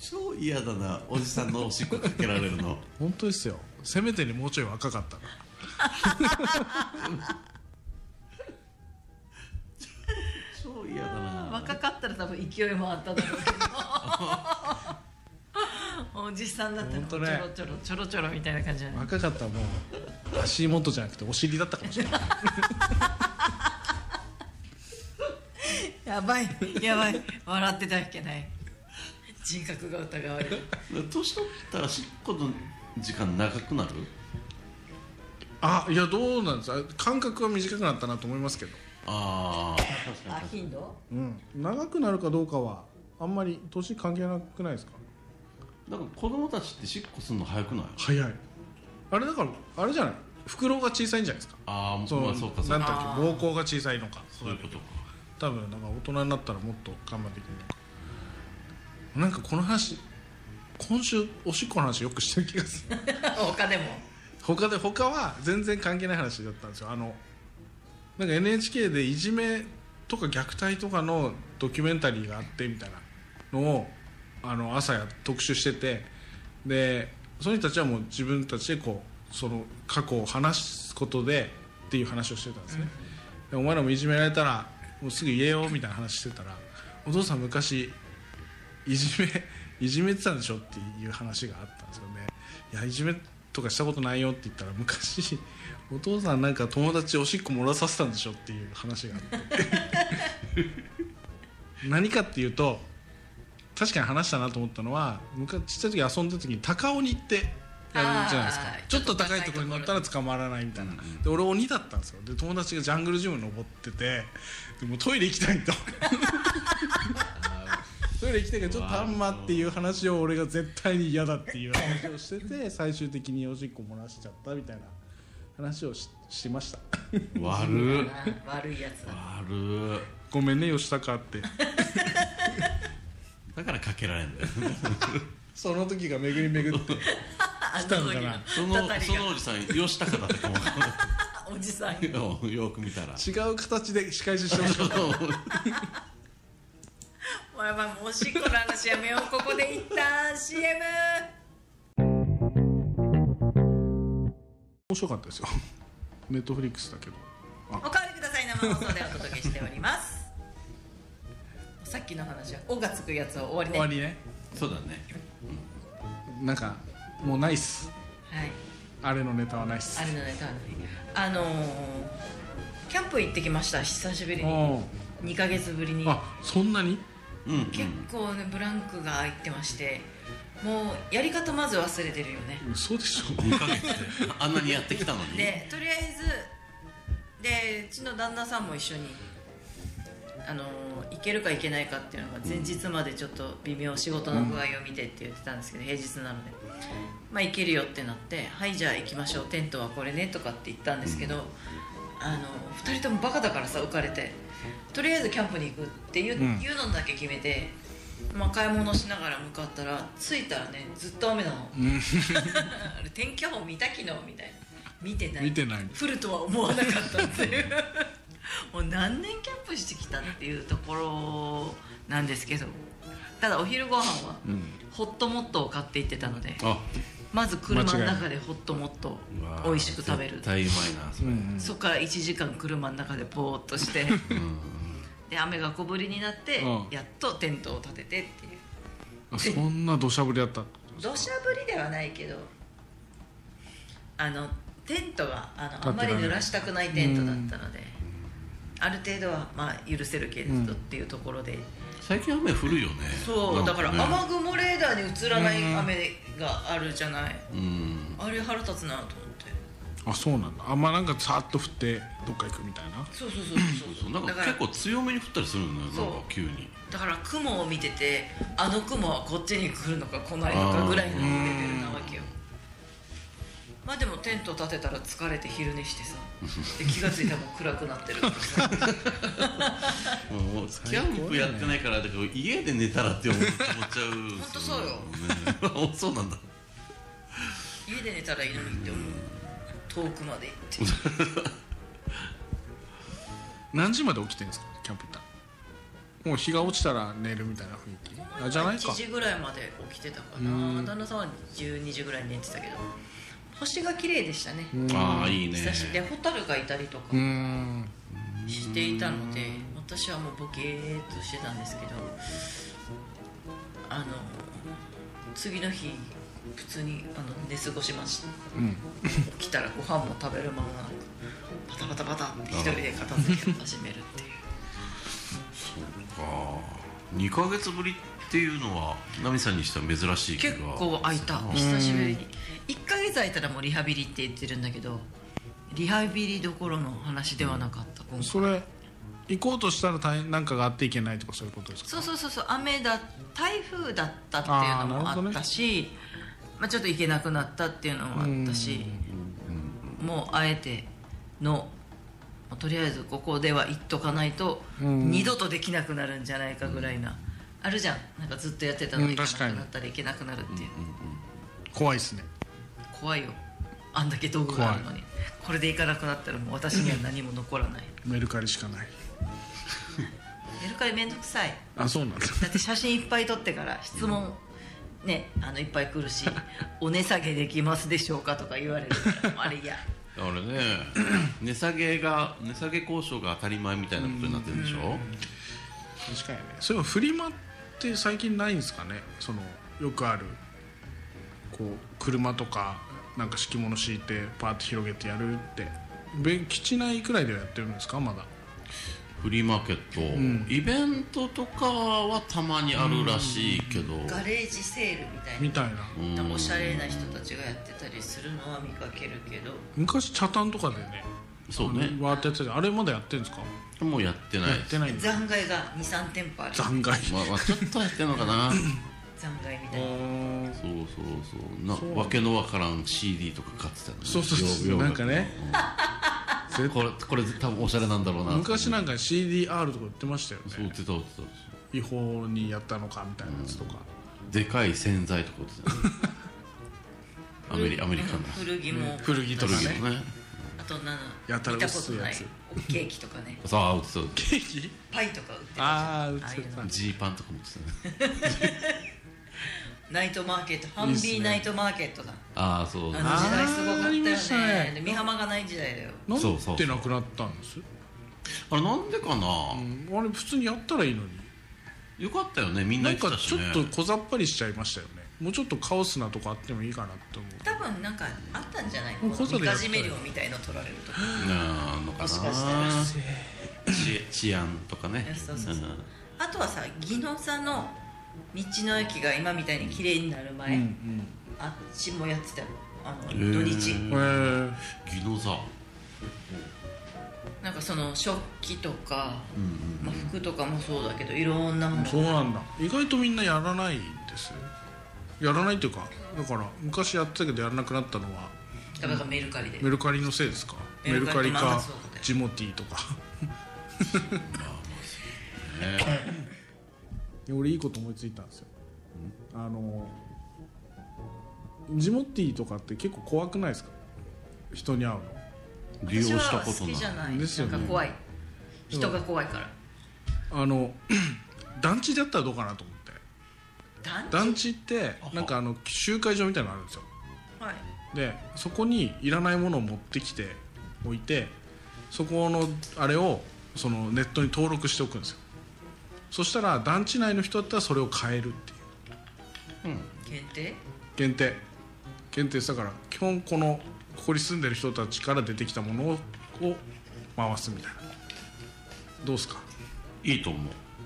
Speaker 3: 超嫌だなおじさんのおしっこかけられるの
Speaker 2: 本当ですよせめてにもうちょい若かったら
Speaker 3: 超嫌だな
Speaker 1: 若かったら多分勢いもあっただろうけど おじさんだったら
Speaker 2: ほん
Speaker 1: ちょ
Speaker 2: と
Speaker 1: ろ
Speaker 2: ね
Speaker 1: ちょろちょろちょろみたいな感じだね
Speaker 2: 若かったらもう足元じゃなくてお尻だったかもしれない
Speaker 1: やばいやばい笑ってたらいけない人格が疑わ れる
Speaker 3: 年取ったらしっこの時間長くなる
Speaker 2: あいやどうなんですか間隔は短くなったなと思いますけど、
Speaker 3: ああ確か
Speaker 1: あ
Speaker 3: に
Speaker 1: 頻度
Speaker 2: うん、長くなるかどうかはあんまり年関係なくないですか
Speaker 3: なんか子供たちってしっこするの早くない
Speaker 2: 早いあれだからあれじゃない袋が小さいんじゃないですか
Speaker 3: あー
Speaker 2: その
Speaker 3: まあそうかそ
Speaker 2: な
Speaker 3: う
Speaker 2: ん
Speaker 3: か
Speaker 2: だっけ膀胱が小さいのか
Speaker 3: そういうことか
Speaker 2: 多分なんか大人になったらもっと我慢できるのかなんかこの話今週おしっこの話よくしてる気がする
Speaker 1: 他でも
Speaker 2: 他で他は全然関係ない話だったんですよあのなんか NHK でいじめとか虐待とかのドキュメンタリーがあってみたいなのをあの朝や特集しててでその人たちはもう自分たちでこうその過去を話すことでっていう話をしてたんですね、でお前らもいじめられたらもうすぐ言えよみたいな話してたらお父さん昔いじめいじめてたんでしょっていう話があったんですよねいやいじめとかしたことないよって言ったら昔 お父さんなんか友達おしっこ漏らさせたんでしょっていう話があって 何かっていうと確かに話したなと思ったのは昔ちっちゃい時遊んだ時に高尾に行ってやるじゃないですか
Speaker 1: あー
Speaker 2: ちょっと高いところに乗ったら捕まらないみたいなで俺鬼だったんですよで友達がジャングルジム登っててでもうトイレ行きたいとトイレ行きたいからちょっとあんまっていう話を俺が絶対に嫌だっていう話をして て最終的におしっこ漏らしちゃったみたいな話をししました
Speaker 3: 悪っ
Speaker 1: あ悪いやつだ
Speaker 3: 悪っ
Speaker 2: ごめんね吉高って
Speaker 3: だからかけられんだよ
Speaker 2: その時が巡り巡って
Speaker 1: あ
Speaker 2: 来たのかな
Speaker 1: 時の
Speaker 3: その
Speaker 1: たたり
Speaker 3: そのおじさん吉高だったかもわかんな
Speaker 1: がおじさん
Speaker 3: いよよく見 たら
Speaker 2: 違う形で仕返ししてほしかった
Speaker 1: もうやばいもうおしっこの話やめようここで一旦 CM
Speaker 2: 面白かったですよネットフリックスだけど
Speaker 1: おかわりください生放送でお届けしております さっきの話は「お」がつくやつは終わりね
Speaker 2: 終わりね
Speaker 3: そうだね
Speaker 2: なんかもうないっす
Speaker 1: はい
Speaker 2: あれのネタはないっす
Speaker 1: あれのネタはねあのー、キャンプ行ってきました久しぶりに
Speaker 2: おー
Speaker 1: 2ヶ月ぶりに
Speaker 2: あそんなに
Speaker 3: うんうん
Speaker 1: 結構ねブランクが空いてましてもうやり方まず忘れてるよね
Speaker 2: 嘘でしょ
Speaker 3: 2ヶ月であんなにやってきたのに
Speaker 1: でとりあえずでうちの旦那さんも一緒にあの行けるか行けないかっていうのが前日までちょっと微妙仕事の具合を見てって言ってたんですけど平日なのでまあ行けるよってなって「はいじゃあ行きましょうテントはこれね」とかって言ったんですけどあの2人ともバカだからさ浮かれてとりあえずキャンプに行くっていう,、
Speaker 2: うん
Speaker 1: いうのだけ決めて、まあ、買い物しながら向かったら着いたらねずっと雨なの あれ天気予報見た昨日みたいな見てない
Speaker 2: 見てない
Speaker 1: 降るとは思わなかったっていう もう何年キャンプしてきたっていうところなんですけどただお昼ご飯はホットモットを買っていってたので
Speaker 3: あ
Speaker 1: まず車の
Speaker 2: 間違いない
Speaker 1: 中でホットモットを
Speaker 3: うわー
Speaker 1: 美味しく食べる
Speaker 3: 絶対うまいなそれ、
Speaker 1: そこから1時間車の中でぼーっとして で雨が小降りになって
Speaker 2: うん
Speaker 1: やっとテントを立ててっていう
Speaker 2: あそんな土砂降りだった
Speaker 1: 土砂降りではないけどあのテントがあのあ
Speaker 2: 立
Speaker 1: ん
Speaker 2: て
Speaker 1: ま
Speaker 2: られ
Speaker 1: り
Speaker 2: ない
Speaker 1: 濡らしたくないテントだったのである程度はまあ許せるけれどっていうところで、
Speaker 3: 最近雨降るよね
Speaker 1: そうだから
Speaker 3: なんね
Speaker 1: 雨雲レーダーに映らない雨があるじゃない、
Speaker 3: うん
Speaker 1: あれ腹立つなと思って
Speaker 2: あそうなんだあんまあなんかさーっと降ってどっか行くみたいな
Speaker 1: そうそうそう
Speaker 3: そ
Speaker 1: そうう
Speaker 3: なん
Speaker 1: だ
Speaker 3: か
Speaker 1: から
Speaker 3: 結構強めに降ったりするんだよ
Speaker 1: そう
Speaker 3: なんか急に
Speaker 1: だから雲を見ててあの雲はこっちに来るのか来ないのかぐらいのレベルなわけよまあでもテント立てたら疲れて昼寝してさで気が付いたらもう暗くな ってるってさ
Speaker 3: もうキャンプやってないからだけど家で寝たらって思っちゃう本
Speaker 1: ほんとそうよ
Speaker 3: よ、ねそうなんだ
Speaker 1: 家で寝たらいいのにって思う遠くまで行って
Speaker 2: 何時まで起きてるんですかキャンプ行ったらもう日が落ちたら寝るみたいな雰囲気あじゃないか
Speaker 1: 1時ぐらいまで起きてたか
Speaker 2: う
Speaker 1: なん旦那さんは12時ぐらいに寝てたけど星が綺麗でしたね
Speaker 2: うん
Speaker 3: ああいいね
Speaker 1: 久しぶりでホタルがいたりと
Speaker 2: う
Speaker 1: か
Speaker 2: ん
Speaker 1: していたので私はもうボケーっとしてたんですけどあの次の日普通にあの寝過ごしました
Speaker 2: うん
Speaker 1: 起きたらご飯も食べる間もなくバタバタバタって一人で片付けを始めるっていう
Speaker 3: そうか2ヶ月ぶりっていうのはナミさんにしては珍しい気が
Speaker 1: 結構空いた
Speaker 3: うん
Speaker 1: 久しぶりに1ヶ月空いたらもうリハビリって言ってるんだけどリハビリどころの話ではなかった、今回
Speaker 2: それ行こうとしたら大変なんかがあっていけないとかそういうことですか
Speaker 1: そうそうそうそう雨だ台風だったっていう
Speaker 2: あー
Speaker 1: のも
Speaker 2: なるほ
Speaker 1: あ
Speaker 2: ど
Speaker 1: っ
Speaker 2: ね
Speaker 1: たし、まあ、ちょっと行けなくなったっていうのもあったしもうあえてのもうとりあえずここでは行っとかないと
Speaker 2: うん
Speaker 1: 二度とできなくなるんじゃないかぐらいな、あるじゃんなんかずっとやってたの
Speaker 2: う
Speaker 1: に
Speaker 2: ん
Speaker 1: 行
Speaker 2: 確
Speaker 1: か
Speaker 2: か
Speaker 1: な
Speaker 2: に
Speaker 1: くなったらいけなくなるっていう。
Speaker 2: 怖いですね
Speaker 1: 怖いよあんだけ道具があるのにこれで行かなくなったらもう私には何も残らない
Speaker 2: メルカリしかない
Speaker 1: メルカリめんどくさい
Speaker 2: あそうなんだ
Speaker 1: だって写真いっぱい撮ってから質問ねあのいっぱい来る し「お値下げできますでしょうか?」とか言われるからもうあれ嫌
Speaker 3: あれね値下げが値下げ交渉が当たり前みたいなことになってるんでしょ
Speaker 2: 確かにねそういえばフリマって最近ないんですかねそのよくあるこう車とかなんか敷物敷いてパーッと広げてやるってべ基地内くらいではやってるんですかまだ
Speaker 3: フリーマーケット、イベントとかはたまにあるらしいけど、
Speaker 1: ガレージセールみたい
Speaker 2: み
Speaker 1: な
Speaker 2: たいな
Speaker 1: おしゃれな人たちがやってたりするのは見かけるけど
Speaker 2: 昔茶炭とかでね
Speaker 3: そうね
Speaker 2: わーってやってたあれまだやってるんですか
Speaker 3: もうやってない
Speaker 2: やってないんだ
Speaker 1: 残骸が23店舗ある
Speaker 2: 残骸
Speaker 3: まあ、まあちょっとやってんのかな
Speaker 1: 残骸みたいな
Speaker 2: あ
Speaker 3: そうそうそうなわけのわからん CD とか買ってたのね
Speaker 2: そうそうそう
Speaker 3: 洋洋
Speaker 2: な
Speaker 3: 楽
Speaker 2: んかね
Speaker 3: うんこれこれ多分おしゃれなんだろうな
Speaker 2: ー昔
Speaker 3: の
Speaker 2: なんか CDR とか売ってましたよ
Speaker 3: そう売っ
Speaker 2: ね
Speaker 3: てた売って
Speaker 2: 違法にやったのかみたいなやつとか
Speaker 3: たでかい洗剤とか売って たねアメリアメリカンだ
Speaker 1: 古着も
Speaker 2: 古着と
Speaker 3: 古
Speaker 2: か
Speaker 3: 着
Speaker 2: ね
Speaker 3: のね
Speaker 1: あとなん
Speaker 2: やた
Speaker 1: 見
Speaker 2: ら
Speaker 1: たこと
Speaker 2: 薄い
Speaker 1: な
Speaker 2: や
Speaker 1: い
Speaker 2: つ
Speaker 1: ケーキとかね
Speaker 3: さあ売ってた売って
Speaker 2: ケーキ
Speaker 1: パイとか売ってたじゃん
Speaker 2: ああ売っ
Speaker 1: ああ
Speaker 2: て
Speaker 1: いうの
Speaker 2: た
Speaker 3: たジーパンとかも売ってたね
Speaker 1: ナイトマーケットハンビーナイトマーケットだ
Speaker 3: ああそう
Speaker 1: あの時代すごか
Speaker 2: あーありま
Speaker 1: っ
Speaker 2: したた
Speaker 1: よね
Speaker 2: ね
Speaker 1: で美浜がない時代だよ
Speaker 2: な
Speaker 3: そうそ
Speaker 2: ん
Speaker 3: う
Speaker 2: てなくなったんです
Speaker 3: あれなんでか
Speaker 2: う
Speaker 3: な、
Speaker 2: んあれ普通にやったらいいのに
Speaker 3: よかったよねみんな
Speaker 2: なん
Speaker 3: 言っ
Speaker 2: か
Speaker 3: てたし
Speaker 2: ちょ
Speaker 3: ね
Speaker 2: っと小ざっぱりしちゃいましたよねもうちょっとカオスなとこあってもいいかなと思
Speaker 1: 多分なんかあったんじゃない
Speaker 2: もうこそ
Speaker 1: み
Speaker 2: でや
Speaker 1: か
Speaker 2: った
Speaker 1: じ
Speaker 2: よ
Speaker 1: め料みたいの取られるとか
Speaker 3: なあんのかな
Speaker 1: もしかしたら
Speaker 3: 治治安とかね
Speaker 1: そうそうそうんあとはさ宜野座の道の駅が今みたいに綺麗になる
Speaker 2: う
Speaker 1: 前、
Speaker 2: うんうん
Speaker 1: あっちもやってたよあの土
Speaker 3: へー
Speaker 1: 日
Speaker 2: えー、
Speaker 3: ギノザ
Speaker 1: なんかその食器とか、
Speaker 3: うんうん
Speaker 1: まあ、服とかもそうだけどいろんなもの
Speaker 2: そうなんだ意外とみんなやらないですやらないっていうかだから昔やってたけどやらなくなったのは
Speaker 1: だからメルカリで
Speaker 2: メルカリのせいですか
Speaker 1: メ
Speaker 2: メ
Speaker 1: ル
Speaker 2: ル
Speaker 1: カ
Speaker 2: カ
Speaker 1: リ
Speaker 2: リ
Speaker 1: まあ
Speaker 2: か
Speaker 1: そうだよ
Speaker 2: ジモティーとか
Speaker 3: ね
Speaker 2: いや俺いいこと思いついたんですよあのジモティーとかって結構怖くないですか人に会うの
Speaker 3: 利用したこ
Speaker 1: 私は
Speaker 3: と
Speaker 1: 好きじゃ
Speaker 3: ない
Speaker 1: ない
Speaker 2: ですよね
Speaker 1: なんか怖い人が怖いから
Speaker 2: あの 団地だったらどうかなと思って
Speaker 1: 団地
Speaker 2: 団地ってなんかあの集会所みたいなのあるんですよ
Speaker 1: はい
Speaker 2: でそこにいらないものを持ってきておいてそこのあれをそのネットに登録しておくんですよそしたら団地内の人だったらそれを買えるっていう
Speaker 1: 限定
Speaker 2: 限定限定したから基本このここに住んでる人たちから出てきたものをを回すみたいなどうですか
Speaker 3: いいと思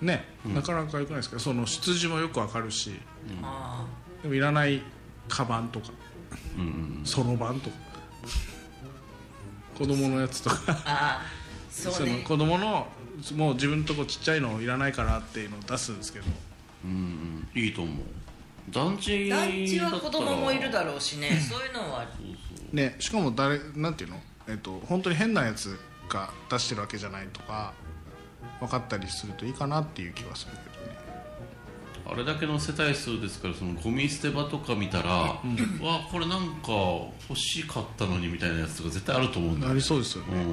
Speaker 3: う
Speaker 2: ね、なかなかよくないですかその出自もよくわかるし
Speaker 1: あ
Speaker 2: でもいらないカバンとか
Speaker 3: うんうん
Speaker 2: そろばんとか子供のやつとか
Speaker 1: あああそ
Speaker 2: そうの
Speaker 1: ね
Speaker 2: 子供のもう自分のとこちっちゃいのいらないからっていうのを出すんですけど
Speaker 3: うんうんいいと思う団地だった
Speaker 1: 団
Speaker 3: ら
Speaker 1: 地は子供もいるだろうしねそういうのは
Speaker 2: ねしかも誰なんていうのえっと本当に変なやつが出してるわけじゃないとか分かったりするといいかなっていう気はするけどね
Speaker 3: あれだけの世帯数ですからそのゴミ捨て場とか見たら、わこれなんか欲しかったのにみたいなやつとか絶対あると思うんだ
Speaker 2: な
Speaker 3: よ
Speaker 2: り
Speaker 3: ね
Speaker 2: そうですよ
Speaker 3: う
Speaker 2: ね
Speaker 3: ん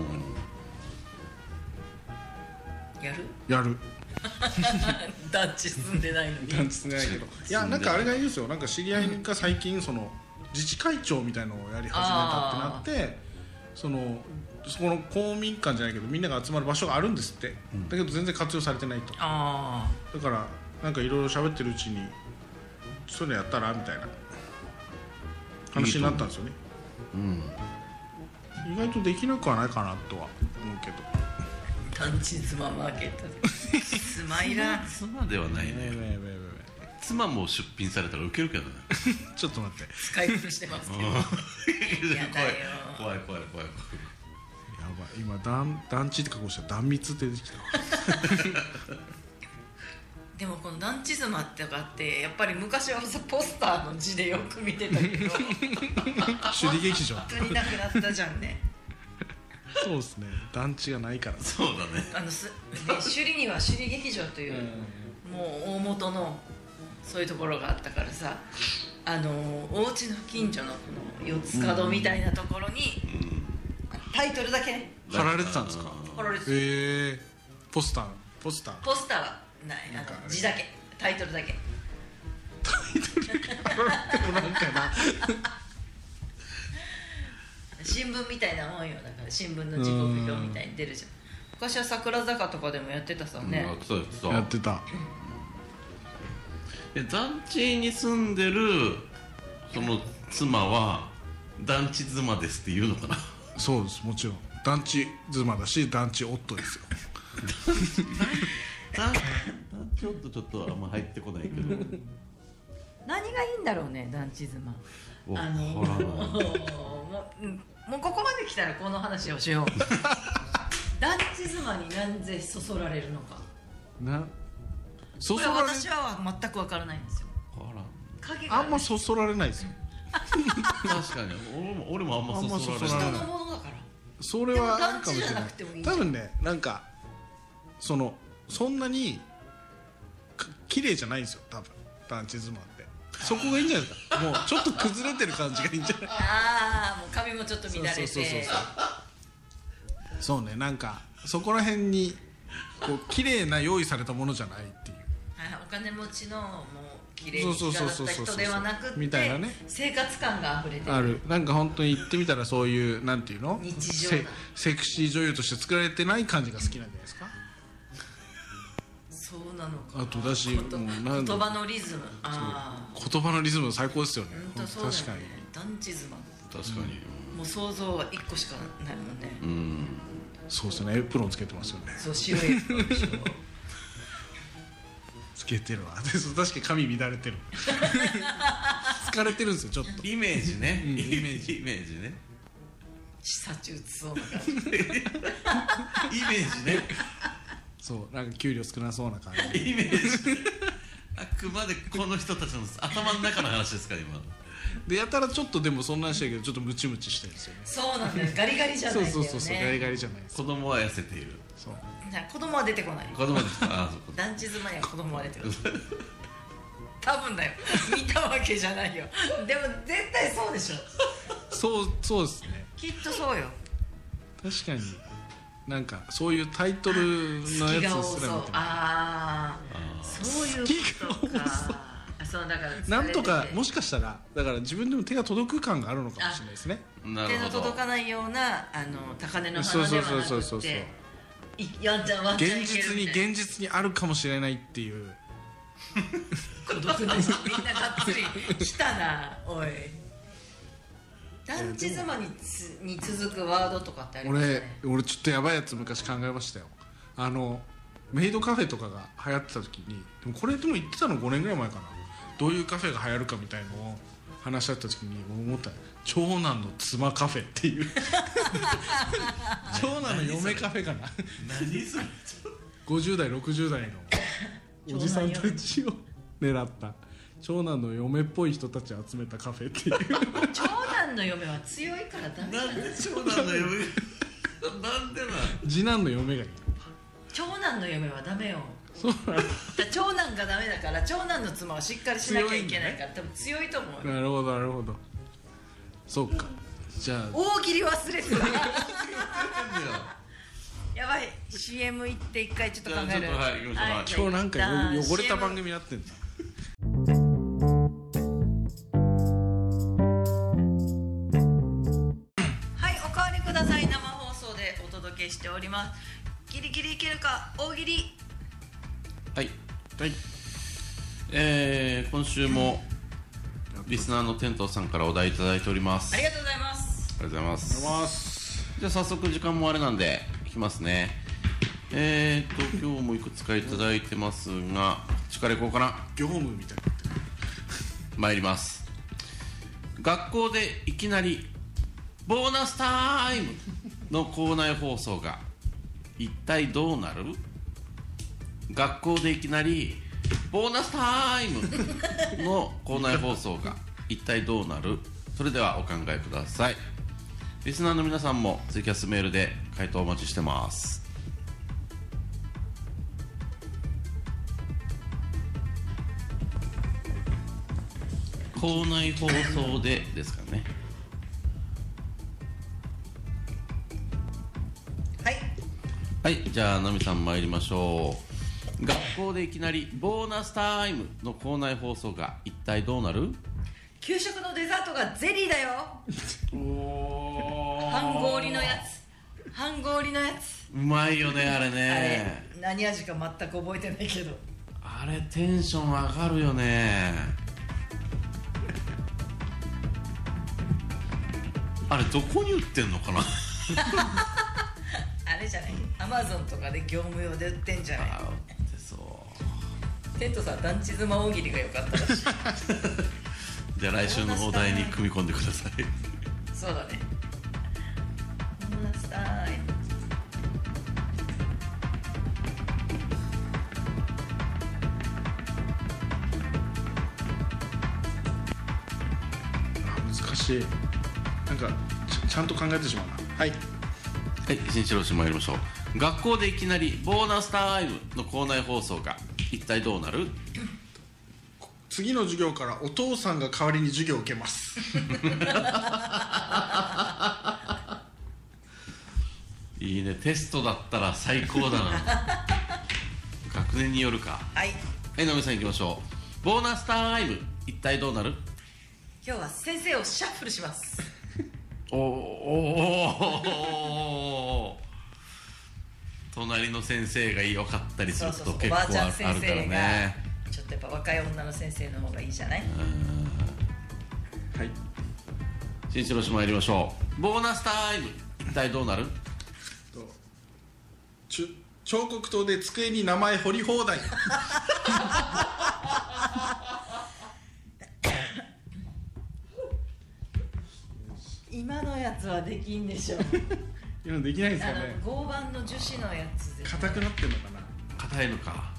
Speaker 1: やる
Speaker 2: やる
Speaker 1: 団地住んでないのに
Speaker 2: なんつってないけどいやなんかあれがいいですよなんか知り合いが最近その自治会長みたいのをやり始めたってなってそのそこの公民館じゃないけどみんなが集まる場所があるんですって、
Speaker 3: うん
Speaker 2: だけど全然活用されてないとだ
Speaker 1: あ
Speaker 2: からなんかいろいろ喋ってるうちにそういうのやったらみたいな話になったんですよね
Speaker 3: うん
Speaker 2: 意外とできなくはないかなとは思うけど
Speaker 1: あ団地妻マーケットでスマイラー
Speaker 3: 妻ではない
Speaker 2: え
Speaker 3: ね
Speaker 2: ええええええ
Speaker 3: 妻も出品されたらウケるけどね
Speaker 2: えちょっと待って
Speaker 1: 使い古してますけど
Speaker 3: い
Speaker 1: やだよ
Speaker 3: 怖い怖い怖い怖い
Speaker 2: やばい今団団地って加工したら団密って出てきた
Speaker 1: でもこの団地妻ってかってやっぱり昔はさポスターの字でよく見てたけど
Speaker 2: 手裏劇場
Speaker 1: 本当になくなったじゃんね
Speaker 2: そうですね団地がないから
Speaker 3: そうだね
Speaker 1: あのす、ね、首里には首里劇場という、もう大元のそういうところがあったからさあのお家の近所のこの四つ角みたいなところに、タイトルだけね
Speaker 2: 貼られてたんですか
Speaker 1: これです
Speaker 2: ええポスターポスター
Speaker 1: ポスターはない
Speaker 2: なんか
Speaker 1: あの字だけタイトルだけ
Speaker 2: なんかな
Speaker 1: 新聞みたいなもんよだから新聞の時刻表みたいに出るじゃん昔は桜坂とかでもやってたさね、
Speaker 3: うんそうそう
Speaker 2: やってた
Speaker 3: え団地に住んでるその妻は団地妻ですって言うのかな
Speaker 2: そうですもちろん団地妻だし団地夫ですよ
Speaker 3: 団ちょっとちょっとあんま入ってこないけど
Speaker 1: 何がいいんだろうね団地妻
Speaker 3: わ
Speaker 1: あの も
Speaker 3: からないう
Speaker 1: うんもうここまで来たらこの話をしよう 団地妻になぜそそられるのか
Speaker 2: なそ
Speaker 1: こ
Speaker 2: そ
Speaker 1: れ
Speaker 2: られ
Speaker 1: 私は全くわからないんですよ
Speaker 3: わからん
Speaker 1: 影が
Speaker 2: あんまそそられないですよ
Speaker 3: 確かに俺も俺もあんまそそられ
Speaker 2: あん
Speaker 1: 人
Speaker 2: まそそられな
Speaker 3: ない
Speaker 1: の
Speaker 2: い
Speaker 1: ものだから
Speaker 2: それは
Speaker 1: でも
Speaker 2: ある
Speaker 1: 団
Speaker 2: かもしれな
Speaker 1: 地じゃ
Speaker 2: い
Speaker 1: なくてもいいじゃ
Speaker 2: 多
Speaker 1: ん
Speaker 2: 分ねなんかそのそんなにか綺麗じゃないんですよ多分団地妻ってそこがいいんじゃないですかもうちょっと崩れてる感じがいいんじゃない
Speaker 1: ああもう髪もちょっと 乱れて
Speaker 2: そうそうそうそうそうねなんかそこら辺にこう綺麗な用意されたものじゃないっていう
Speaker 1: はいお金持ちのもう綺麗に
Speaker 2: そう
Speaker 1: 着
Speaker 2: そう
Speaker 1: 飾
Speaker 2: そう
Speaker 1: っ
Speaker 2: そう
Speaker 1: た
Speaker 2: そう
Speaker 1: 人ではなくて
Speaker 2: みたいなね
Speaker 1: 生活感があふれてる
Speaker 2: あるなんか本当に行ってみたらそういうなんていうの
Speaker 1: 日常
Speaker 2: セセクシー女優として作られてない感じが好きなんじゃないですか
Speaker 1: そうなのかな
Speaker 2: あとだし
Speaker 1: こと
Speaker 2: もうなん
Speaker 1: 言葉のリズムああ
Speaker 2: 言葉のリズム最高ですよね
Speaker 1: 本当
Speaker 2: 本
Speaker 1: そ
Speaker 2: 当
Speaker 1: うだよね
Speaker 2: 確かに
Speaker 1: 団地妻
Speaker 3: 確かに
Speaker 1: もう想像は1個しかないもんね、
Speaker 3: うん
Speaker 2: そうですねエプロンつけてますよね
Speaker 1: そう白い服でしょ
Speaker 2: つけてるわで そう確かに髪乱れてる 疲れてるんですよちょっと
Speaker 3: イメージね
Speaker 2: ん
Speaker 3: イメージイメージね
Speaker 1: 視察うつそうな感じ
Speaker 3: イメージね
Speaker 2: そうなんか給料少なそうな感じ
Speaker 3: イメージあくまでこの人たちの頭の中の話ですから今
Speaker 2: でやたらちょっとでもそんなんしてるけどちょっとムチムチしてるんですよね
Speaker 1: そうなんだよガリガリじゃない
Speaker 2: そ
Speaker 1: ん
Speaker 2: う
Speaker 1: だよね
Speaker 2: そうそうそうガリガリじゃないです
Speaker 3: 子供は痩せている
Speaker 2: そう
Speaker 1: な子供は出てこない
Speaker 3: 子供ですあそこ
Speaker 1: 団地住まいは子供は出てこ ない多分だよ見たわけじゃないよでも絶対そうでしょ
Speaker 2: そうそうですね
Speaker 1: きっとそうよ
Speaker 2: 確かになんかそういうタイトルの
Speaker 1: 気
Speaker 2: や
Speaker 1: が多
Speaker 2: つす
Speaker 1: そ
Speaker 2: ら
Speaker 1: う
Speaker 2: 見てない
Speaker 1: ああそういうことかあそうだから
Speaker 2: なんとかも
Speaker 1: し
Speaker 2: しかしたらだから自分でも手が届く感があるのかもしれないですね
Speaker 3: な
Speaker 1: 手
Speaker 3: る
Speaker 1: の
Speaker 3: ほど
Speaker 1: 届かないようなあの高根の
Speaker 2: そう
Speaker 1: 花
Speaker 2: そ
Speaker 1: で
Speaker 2: う
Speaker 1: は
Speaker 2: そう
Speaker 1: な
Speaker 2: そ
Speaker 1: く
Speaker 2: うそう
Speaker 1: ていやんちゃんワンちゃん
Speaker 2: 現
Speaker 1: いけ
Speaker 2: 実
Speaker 1: る
Speaker 2: に
Speaker 1: みたいな
Speaker 2: 現実にあるかもしれないっていう
Speaker 1: 孤独だしみんながっつり来たなおい団地妻につに続くワードとかってあります
Speaker 2: 俺
Speaker 1: ね
Speaker 2: 俺ちょっとやばいやつ昔考えましたよあのメイドカフェとかが流行ってた時にでもこれでも言ってたの5年ぐらい前かなどういうカフェが流行るかみたいのを話し合った時に僕思った長男の妻カフェっていう長男の嫁カフェかな
Speaker 3: 何それ
Speaker 2: 50代60代のおじさんたちを狙った長男の嫁っぽい人たちを集めたカフェっていう
Speaker 1: 長男の嫁は強いからダメだ
Speaker 3: なんで長男の嫁なんでなん
Speaker 2: 次男の嫁がいる
Speaker 1: 長男の嫁はダメよだから長男がダメだから長男の妻はしっかりしなきゃいけないから多分強いと思うよ
Speaker 2: なるほどなるほどそうかじゃあ
Speaker 1: 大喜利忘れてた
Speaker 3: なんでよ
Speaker 1: やばい CM 行って一回ちょっと考え
Speaker 3: じ
Speaker 1: る
Speaker 3: ゃあちょっとはい行きましょうはい
Speaker 1: じゃあ
Speaker 2: 今日なんかよ
Speaker 1: 一旦
Speaker 2: 汚れた
Speaker 1: CM
Speaker 2: 番組やってんだ
Speaker 1: はいおかわりください生放送でお届けしておりますギリギリいけるか大喜利
Speaker 3: はい、
Speaker 2: はい
Speaker 3: えー今週もリスナーの天童さんからお題いただいております
Speaker 1: ありがとうございます
Speaker 3: ありがとうございま
Speaker 2: お
Speaker 3: す
Speaker 2: はようございます
Speaker 3: じゃあ早速時間もあれなんでいきますねえーと今日もいくつかいただいてますがこっちからいこうかな
Speaker 2: 業務みたいになってる
Speaker 3: 参ります学校でいきなり「ボーナスタイム!」の校内放送が一体どうなる学校でいきなり「ボーナスタイム!」の校内放送が一体どうなるそれではお考えくださいリスナーの皆さんもツイキャスメールで回答お待ちしてます校内放送でですからね
Speaker 1: はい
Speaker 3: はい、じゃあ、ナミさん参りましょう。学校でいきなりボーナスタイムの校内放送が一体どうなる
Speaker 1: 給食のデザートがゼリーだよ
Speaker 3: お
Speaker 1: 半氷のやつ半氷のやつ
Speaker 3: うまいよね、あ
Speaker 1: あ
Speaker 3: れ
Speaker 1: れ
Speaker 3: ね。
Speaker 1: 何味か全く覚えてないけど
Speaker 3: あれ、テンション上がるよね。あれ、どこに売ってんのかな
Speaker 1: あれじゃないアマゾンとかで業務用で売ってんじゃない
Speaker 3: あ売ってそう。
Speaker 1: テントさん団地妻大喜利が良かったらしい
Speaker 3: じゃあ、来週のお題に組み込んでください。
Speaker 1: そうだねこんなスタイル
Speaker 2: あ難しいなんかちちゃんと考えてしまうなはい
Speaker 3: はい、新城市参りましょう。学校でいきなりボーナスタイムの校内放送が一体どうなる
Speaker 2: 次の授業からお父さんが代わりに授業を受けます
Speaker 3: いいね、テストだったら最高 だな。学年によるか。
Speaker 1: はい
Speaker 3: はい、野上さん行きましょう。ボーナスタイム、一体どうなる
Speaker 1: 今日は先生をシャッフルします
Speaker 3: おーおー 隣の先生が良かったりすること
Speaker 1: そうそうそう
Speaker 3: 結構ある
Speaker 1: おばあちゃん
Speaker 3: ある
Speaker 1: 先生が
Speaker 3: からね。
Speaker 1: ちょっとやっぱ若い女の先生の方がいいじゃない
Speaker 2: はい
Speaker 3: 新城市参りましょう。ボーナスタイム、一体どうなる
Speaker 2: とちゅ彫刻刀で机に名前彫り放題
Speaker 1: 今のやつはできんでしょ
Speaker 2: 今できないんで す
Speaker 1: あ
Speaker 2: か
Speaker 1: の
Speaker 2: ね
Speaker 1: 合板の樹脂のやつで
Speaker 2: 硬くなってんのかな、
Speaker 3: 硬いのか。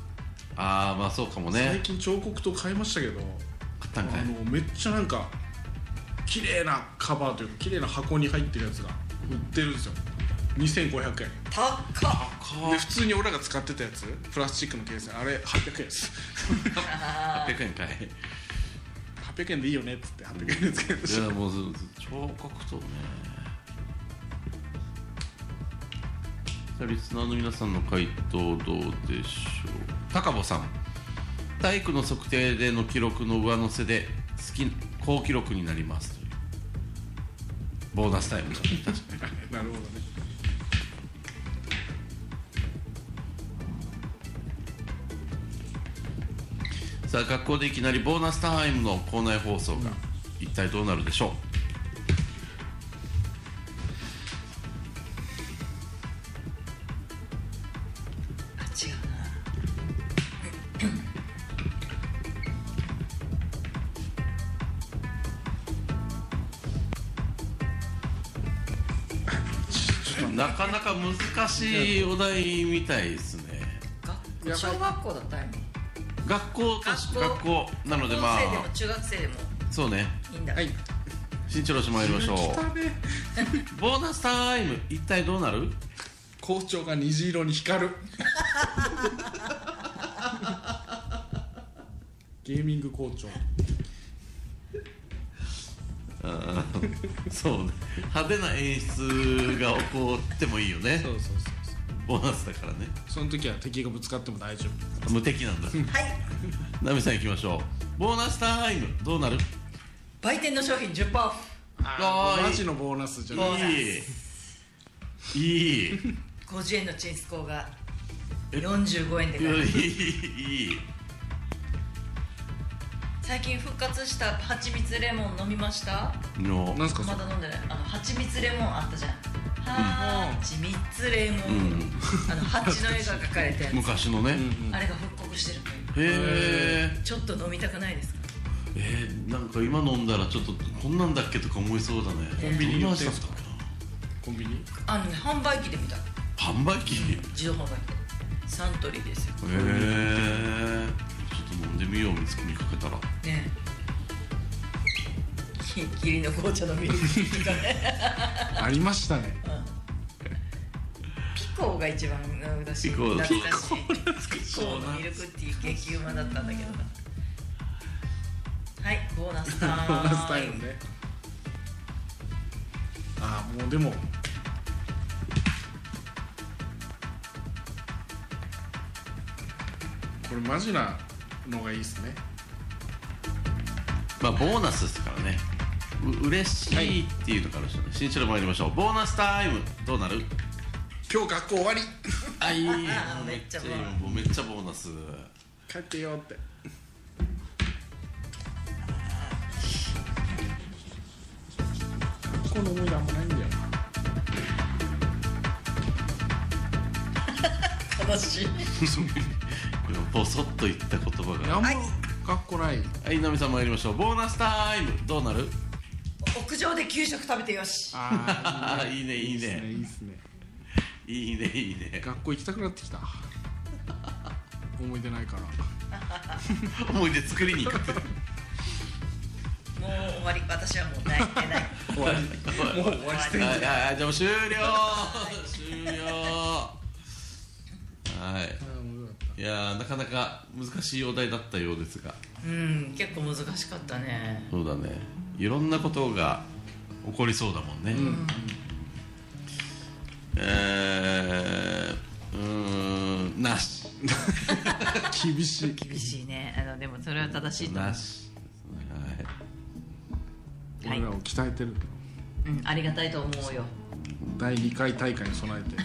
Speaker 3: ああ、まあそうかもね
Speaker 2: 最。近彫刻刀買いましたけど
Speaker 3: 買った
Speaker 2: あ
Speaker 3: んかい。
Speaker 2: のめっちゃなんか綺麗なカバーというか綺麗な箱に入ってるやつが売ってるんですよ2500円
Speaker 1: 高っ
Speaker 2: で普通に俺らが使ってたやつプラスチックのケースあれ800円です
Speaker 1: あー
Speaker 3: 800円かい
Speaker 2: 800円でいいよねっつって800円でつけてし
Speaker 3: い
Speaker 2: ま
Speaker 3: や
Speaker 2: う
Speaker 3: もうず彫刻刀ねさあリスナーの皆さんの回答どうでしょう高坊さん体育の測定での記録の上乗せで好き好記録になりますというボーナスタイムだね確かに
Speaker 2: なるほどね
Speaker 3: さあ学校でいきなりボーナスタイムの校内放送が一体どうなるでしょう
Speaker 1: あ違うな
Speaker 3: なかなか難しいお題みたいですね
Speaker 2: やばい
Speaker 1: 学小学校だったよね
Speaker 3: 学校とし
Speaker 1: 学
Speaker 3: 学校なので
Speaker 1: 高校
Speaker 3: ま
Speaker 1: 生でも
Speaker 3: あ
Speaker 1: 中学生でも
Speaker 3: そうね
Speaker 1: いいんだ、
Speaker 2: はい
Speaker 3: 新潮路市参りましょう
Speaker 2: 来たね
Speaker 3: ボーナスタイム一体どうなる
Speaker 2: 校長が虹色に光るゲーミング校長
Speaker 3: そうね派手な演出が起こってもいいよね
Speaker 2: そうそうそう
Speaker 3: ボボーナスだからね
Speaker 2: その時は敵がぶつかっても大丈夫
Speaker 3: 無敵なんだ
Speaker 1: はい
Speaker 3: ナミさん行きましょうボーナスタイムどうなる
Speaker 1: 売店の商品10%オフ
Speaker 2: あ
Speaker 3: あー
Speaker 2: あマジのボーナスじゃない
Speaker 1: ボーナ
Speaker 3: いいいい
Speaker 1: 50円のチンスコーが45円で
Speaker 3: い
Speaker 1: 買える
Speaker 3: いいい
Speaker 1: 最近復活した蜂蜜レモン飲みました
Speaker 3: の
Speaker 2: なんすかそ
Speaker 1: ま
Speaker 2: れ
Speaker 1: だ飲んでないあの蜂蜜レモンあったじゃん蜂蜜レモン、
Speaker 3: うん
Speaker 1: あの蜂の絵が描かれて
Speaker 3: 昔のね、
Speaker 1: あれが復刻してるのよ
Speaker 3: へえ
Speaker 1: ちょっと飲みたくないですか
Speaker 3: えー、なんか今飲んだらちょっとこんなんだっけとか思いそうだね
Speaker 1: コンビ
Speaker 2: ニに
Speaker 3: どん
Speaker 2: 売
Speaker 3: な
Speaker 2: って
Speaker 3: 味
Speaker 2: ん
Speaker 3: だ
Speaker 2: す
Speaker 3: っ
Speaker 2: か
Speaker 3: たかな
Speaker 2: コンビニ
Speaker 1: あのね販売機で見た
Speaker 3: 販売機へ
Speaker 1: 自動販売機サントリーですよ
Speaker 3: えー、ちょっと飲んでみよう見つけ見かけたら
Speaker 1: ねえき霧の紅茶の ミルクティーがね
Speaker 2: ありましたね
Speaker 1: ピコーが一番私
Speaker 3: ピコー
Speaker 1: 懐かしいピ
Speaker 3: しい
Speaker 1: コーのミルクティー激うまだったんだけどなはいボーナスタイム
Speaker 2: ボーナスタイムねああもうでもこれマジなのがいいっすね
Speaker 3: まあボーナスですからねう嬉しいっていうのからしね新城参りましょうボーナスタイムどうなる
Speaker 2: 今日学校終わり
Speaker 3: あい い
Speaker 1: めっちゃボーナス
Speaker 3: いいもうめっちゃボーナス
Speaker 2: 帰ってよって学校の思い出あんまないんだよな
Speaker 1: 悲しい
Speaker 3: これボソッと言った言葉
Speaker 2: いや
Speaker 3: が
Speaker 2: あんま
Speaker 1: はい
Speaker 2: 学校ない
Speaker 3: はいナミさん参りましょうボーナスタイムどうなる
Speaker 1: 屋上で給食食べてよし
Speaker 2: あ
Speaker 3: あいいねいい
Speaker 2: ー
Speaker 3: ね
Speaker 2: いいっすね
Speaker 3: いいねいいね
Speaker 2: 学校行きたくなってきた思い出ないから
Speaker 3: 思い出作りに行く って
Speaker 1: もう終わり私はもう泣いてない
Speaker 2: 終わりもう終わりして
Speaker 3: はい
Speaker 2: ん
Speaker 3: はい
Speaker 2: じゃん
Speaker 3: はいじゃあもう終了終了はい
Speaker 2: あー面白かっ
Speaker 3: いやーなかなか難しいお題だったようですが
Speaker 1: うん結構難しかったね
Speaker 3: そうだねいろんなことが起こりそうだもんね、えーうーんなし
Speaker 2: た厳しい
Speaker 1: 厳しいねあのでもそれは正しいと思
Speaker 3: なし、はい、
Speaker 1: はい
Speaker 2: 俺らを鍛えてる
Speaker 1: う、うん、ありがたいと思うよ
Speaker 2: 第2回大会に備えて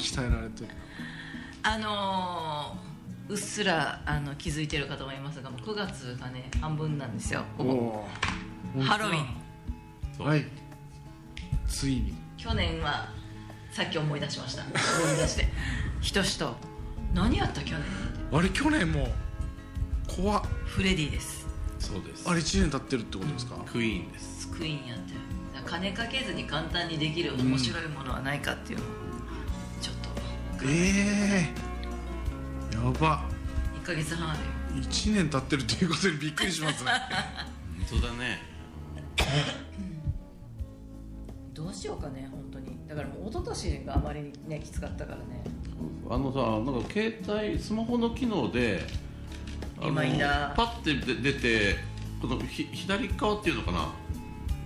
Speaker 2: 鍛えられてる
Speaker 1: あのーうっすらあの気づいてるかと思いますがもう9月がね半分なんですよ
Speaker 2: おおー
Speaker 1: ハロウィン
Speaker 3: そう
Speaker 2: はいついに
Speaker 1: 去年はさっき思い出しました思い出 してひとしと何やった去年
Speaker 2: あれ去年も怖っ
Speaker 1: フレディです
Speaker 3: そうです
Speaker 2: あれ1年経ってるってことですか
Speaker 3: クイーンです
Speaker 1: クイーンやってるだから金かけずに簡単にできる面白いものはないかっていうのをちょっと
Speaker 2: ええやば
Speaker 1: 1ヶ月半あるよ
Speaker 2: 1年経ってるっていうことにびっくりしますね
Speaker 3: 本当だね
Speaker 1: どうしようかね本当にだからもう一昨年があまりにねきつかったからね
Speaker 3: あのさなんか携帯スマホの機能であの
Speaker 1: リマインダー
Speaker 3: パッてで出てこのひ左側っていうのかな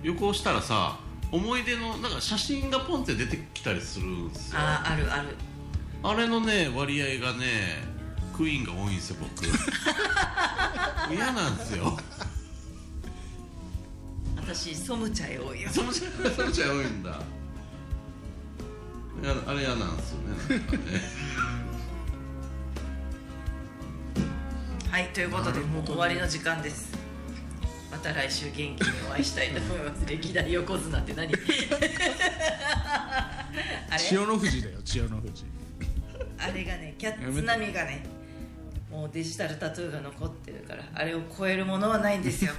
Speaker 3: 横押したらさ思い出のなんか写真がポンって出てきたりするんですよ
Speaker 1: あああるある
Speaker 3: あれのね割合がねクイーンが多いんですよ 僕嫌なんですよ
Speaker 1: 私ソムチャイ多いよ
Speaker 3: そのちゃそのちゃ多いんだいやあれ嫌なんですよねなんかね
Speaker 1: はいということでもう終わりの時間ですまた来週元気にお会いしたいと思います歴代横綱って何 あれ
Speaker 2: 千代の富士だよ千代の富士
Speaker 1: あれがねキャ
Speaker 2: や
Speaker 1: ッ
Speaker 2: め
Speaker 1: ツ
Speaker 2: て
Speaker 1: 波がねもうデジタルタトゥーが残ってるからあれを超えるものはないん ですよ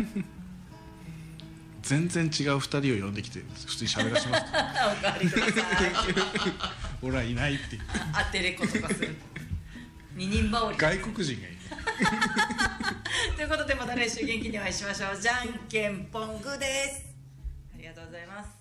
Speaker 2: 全然違う2人を呼んできて普通に喋らします
Speaker 1: おかわりください
Speaker 2: 俺はいないっていう
Speaker 1: あアテレコとかする二人羽織
Speaker 2: 外国人がいる
Speaker 1: ということでまた来週元気にお会いしましょうじゃんけんぽんぐですありがとうございます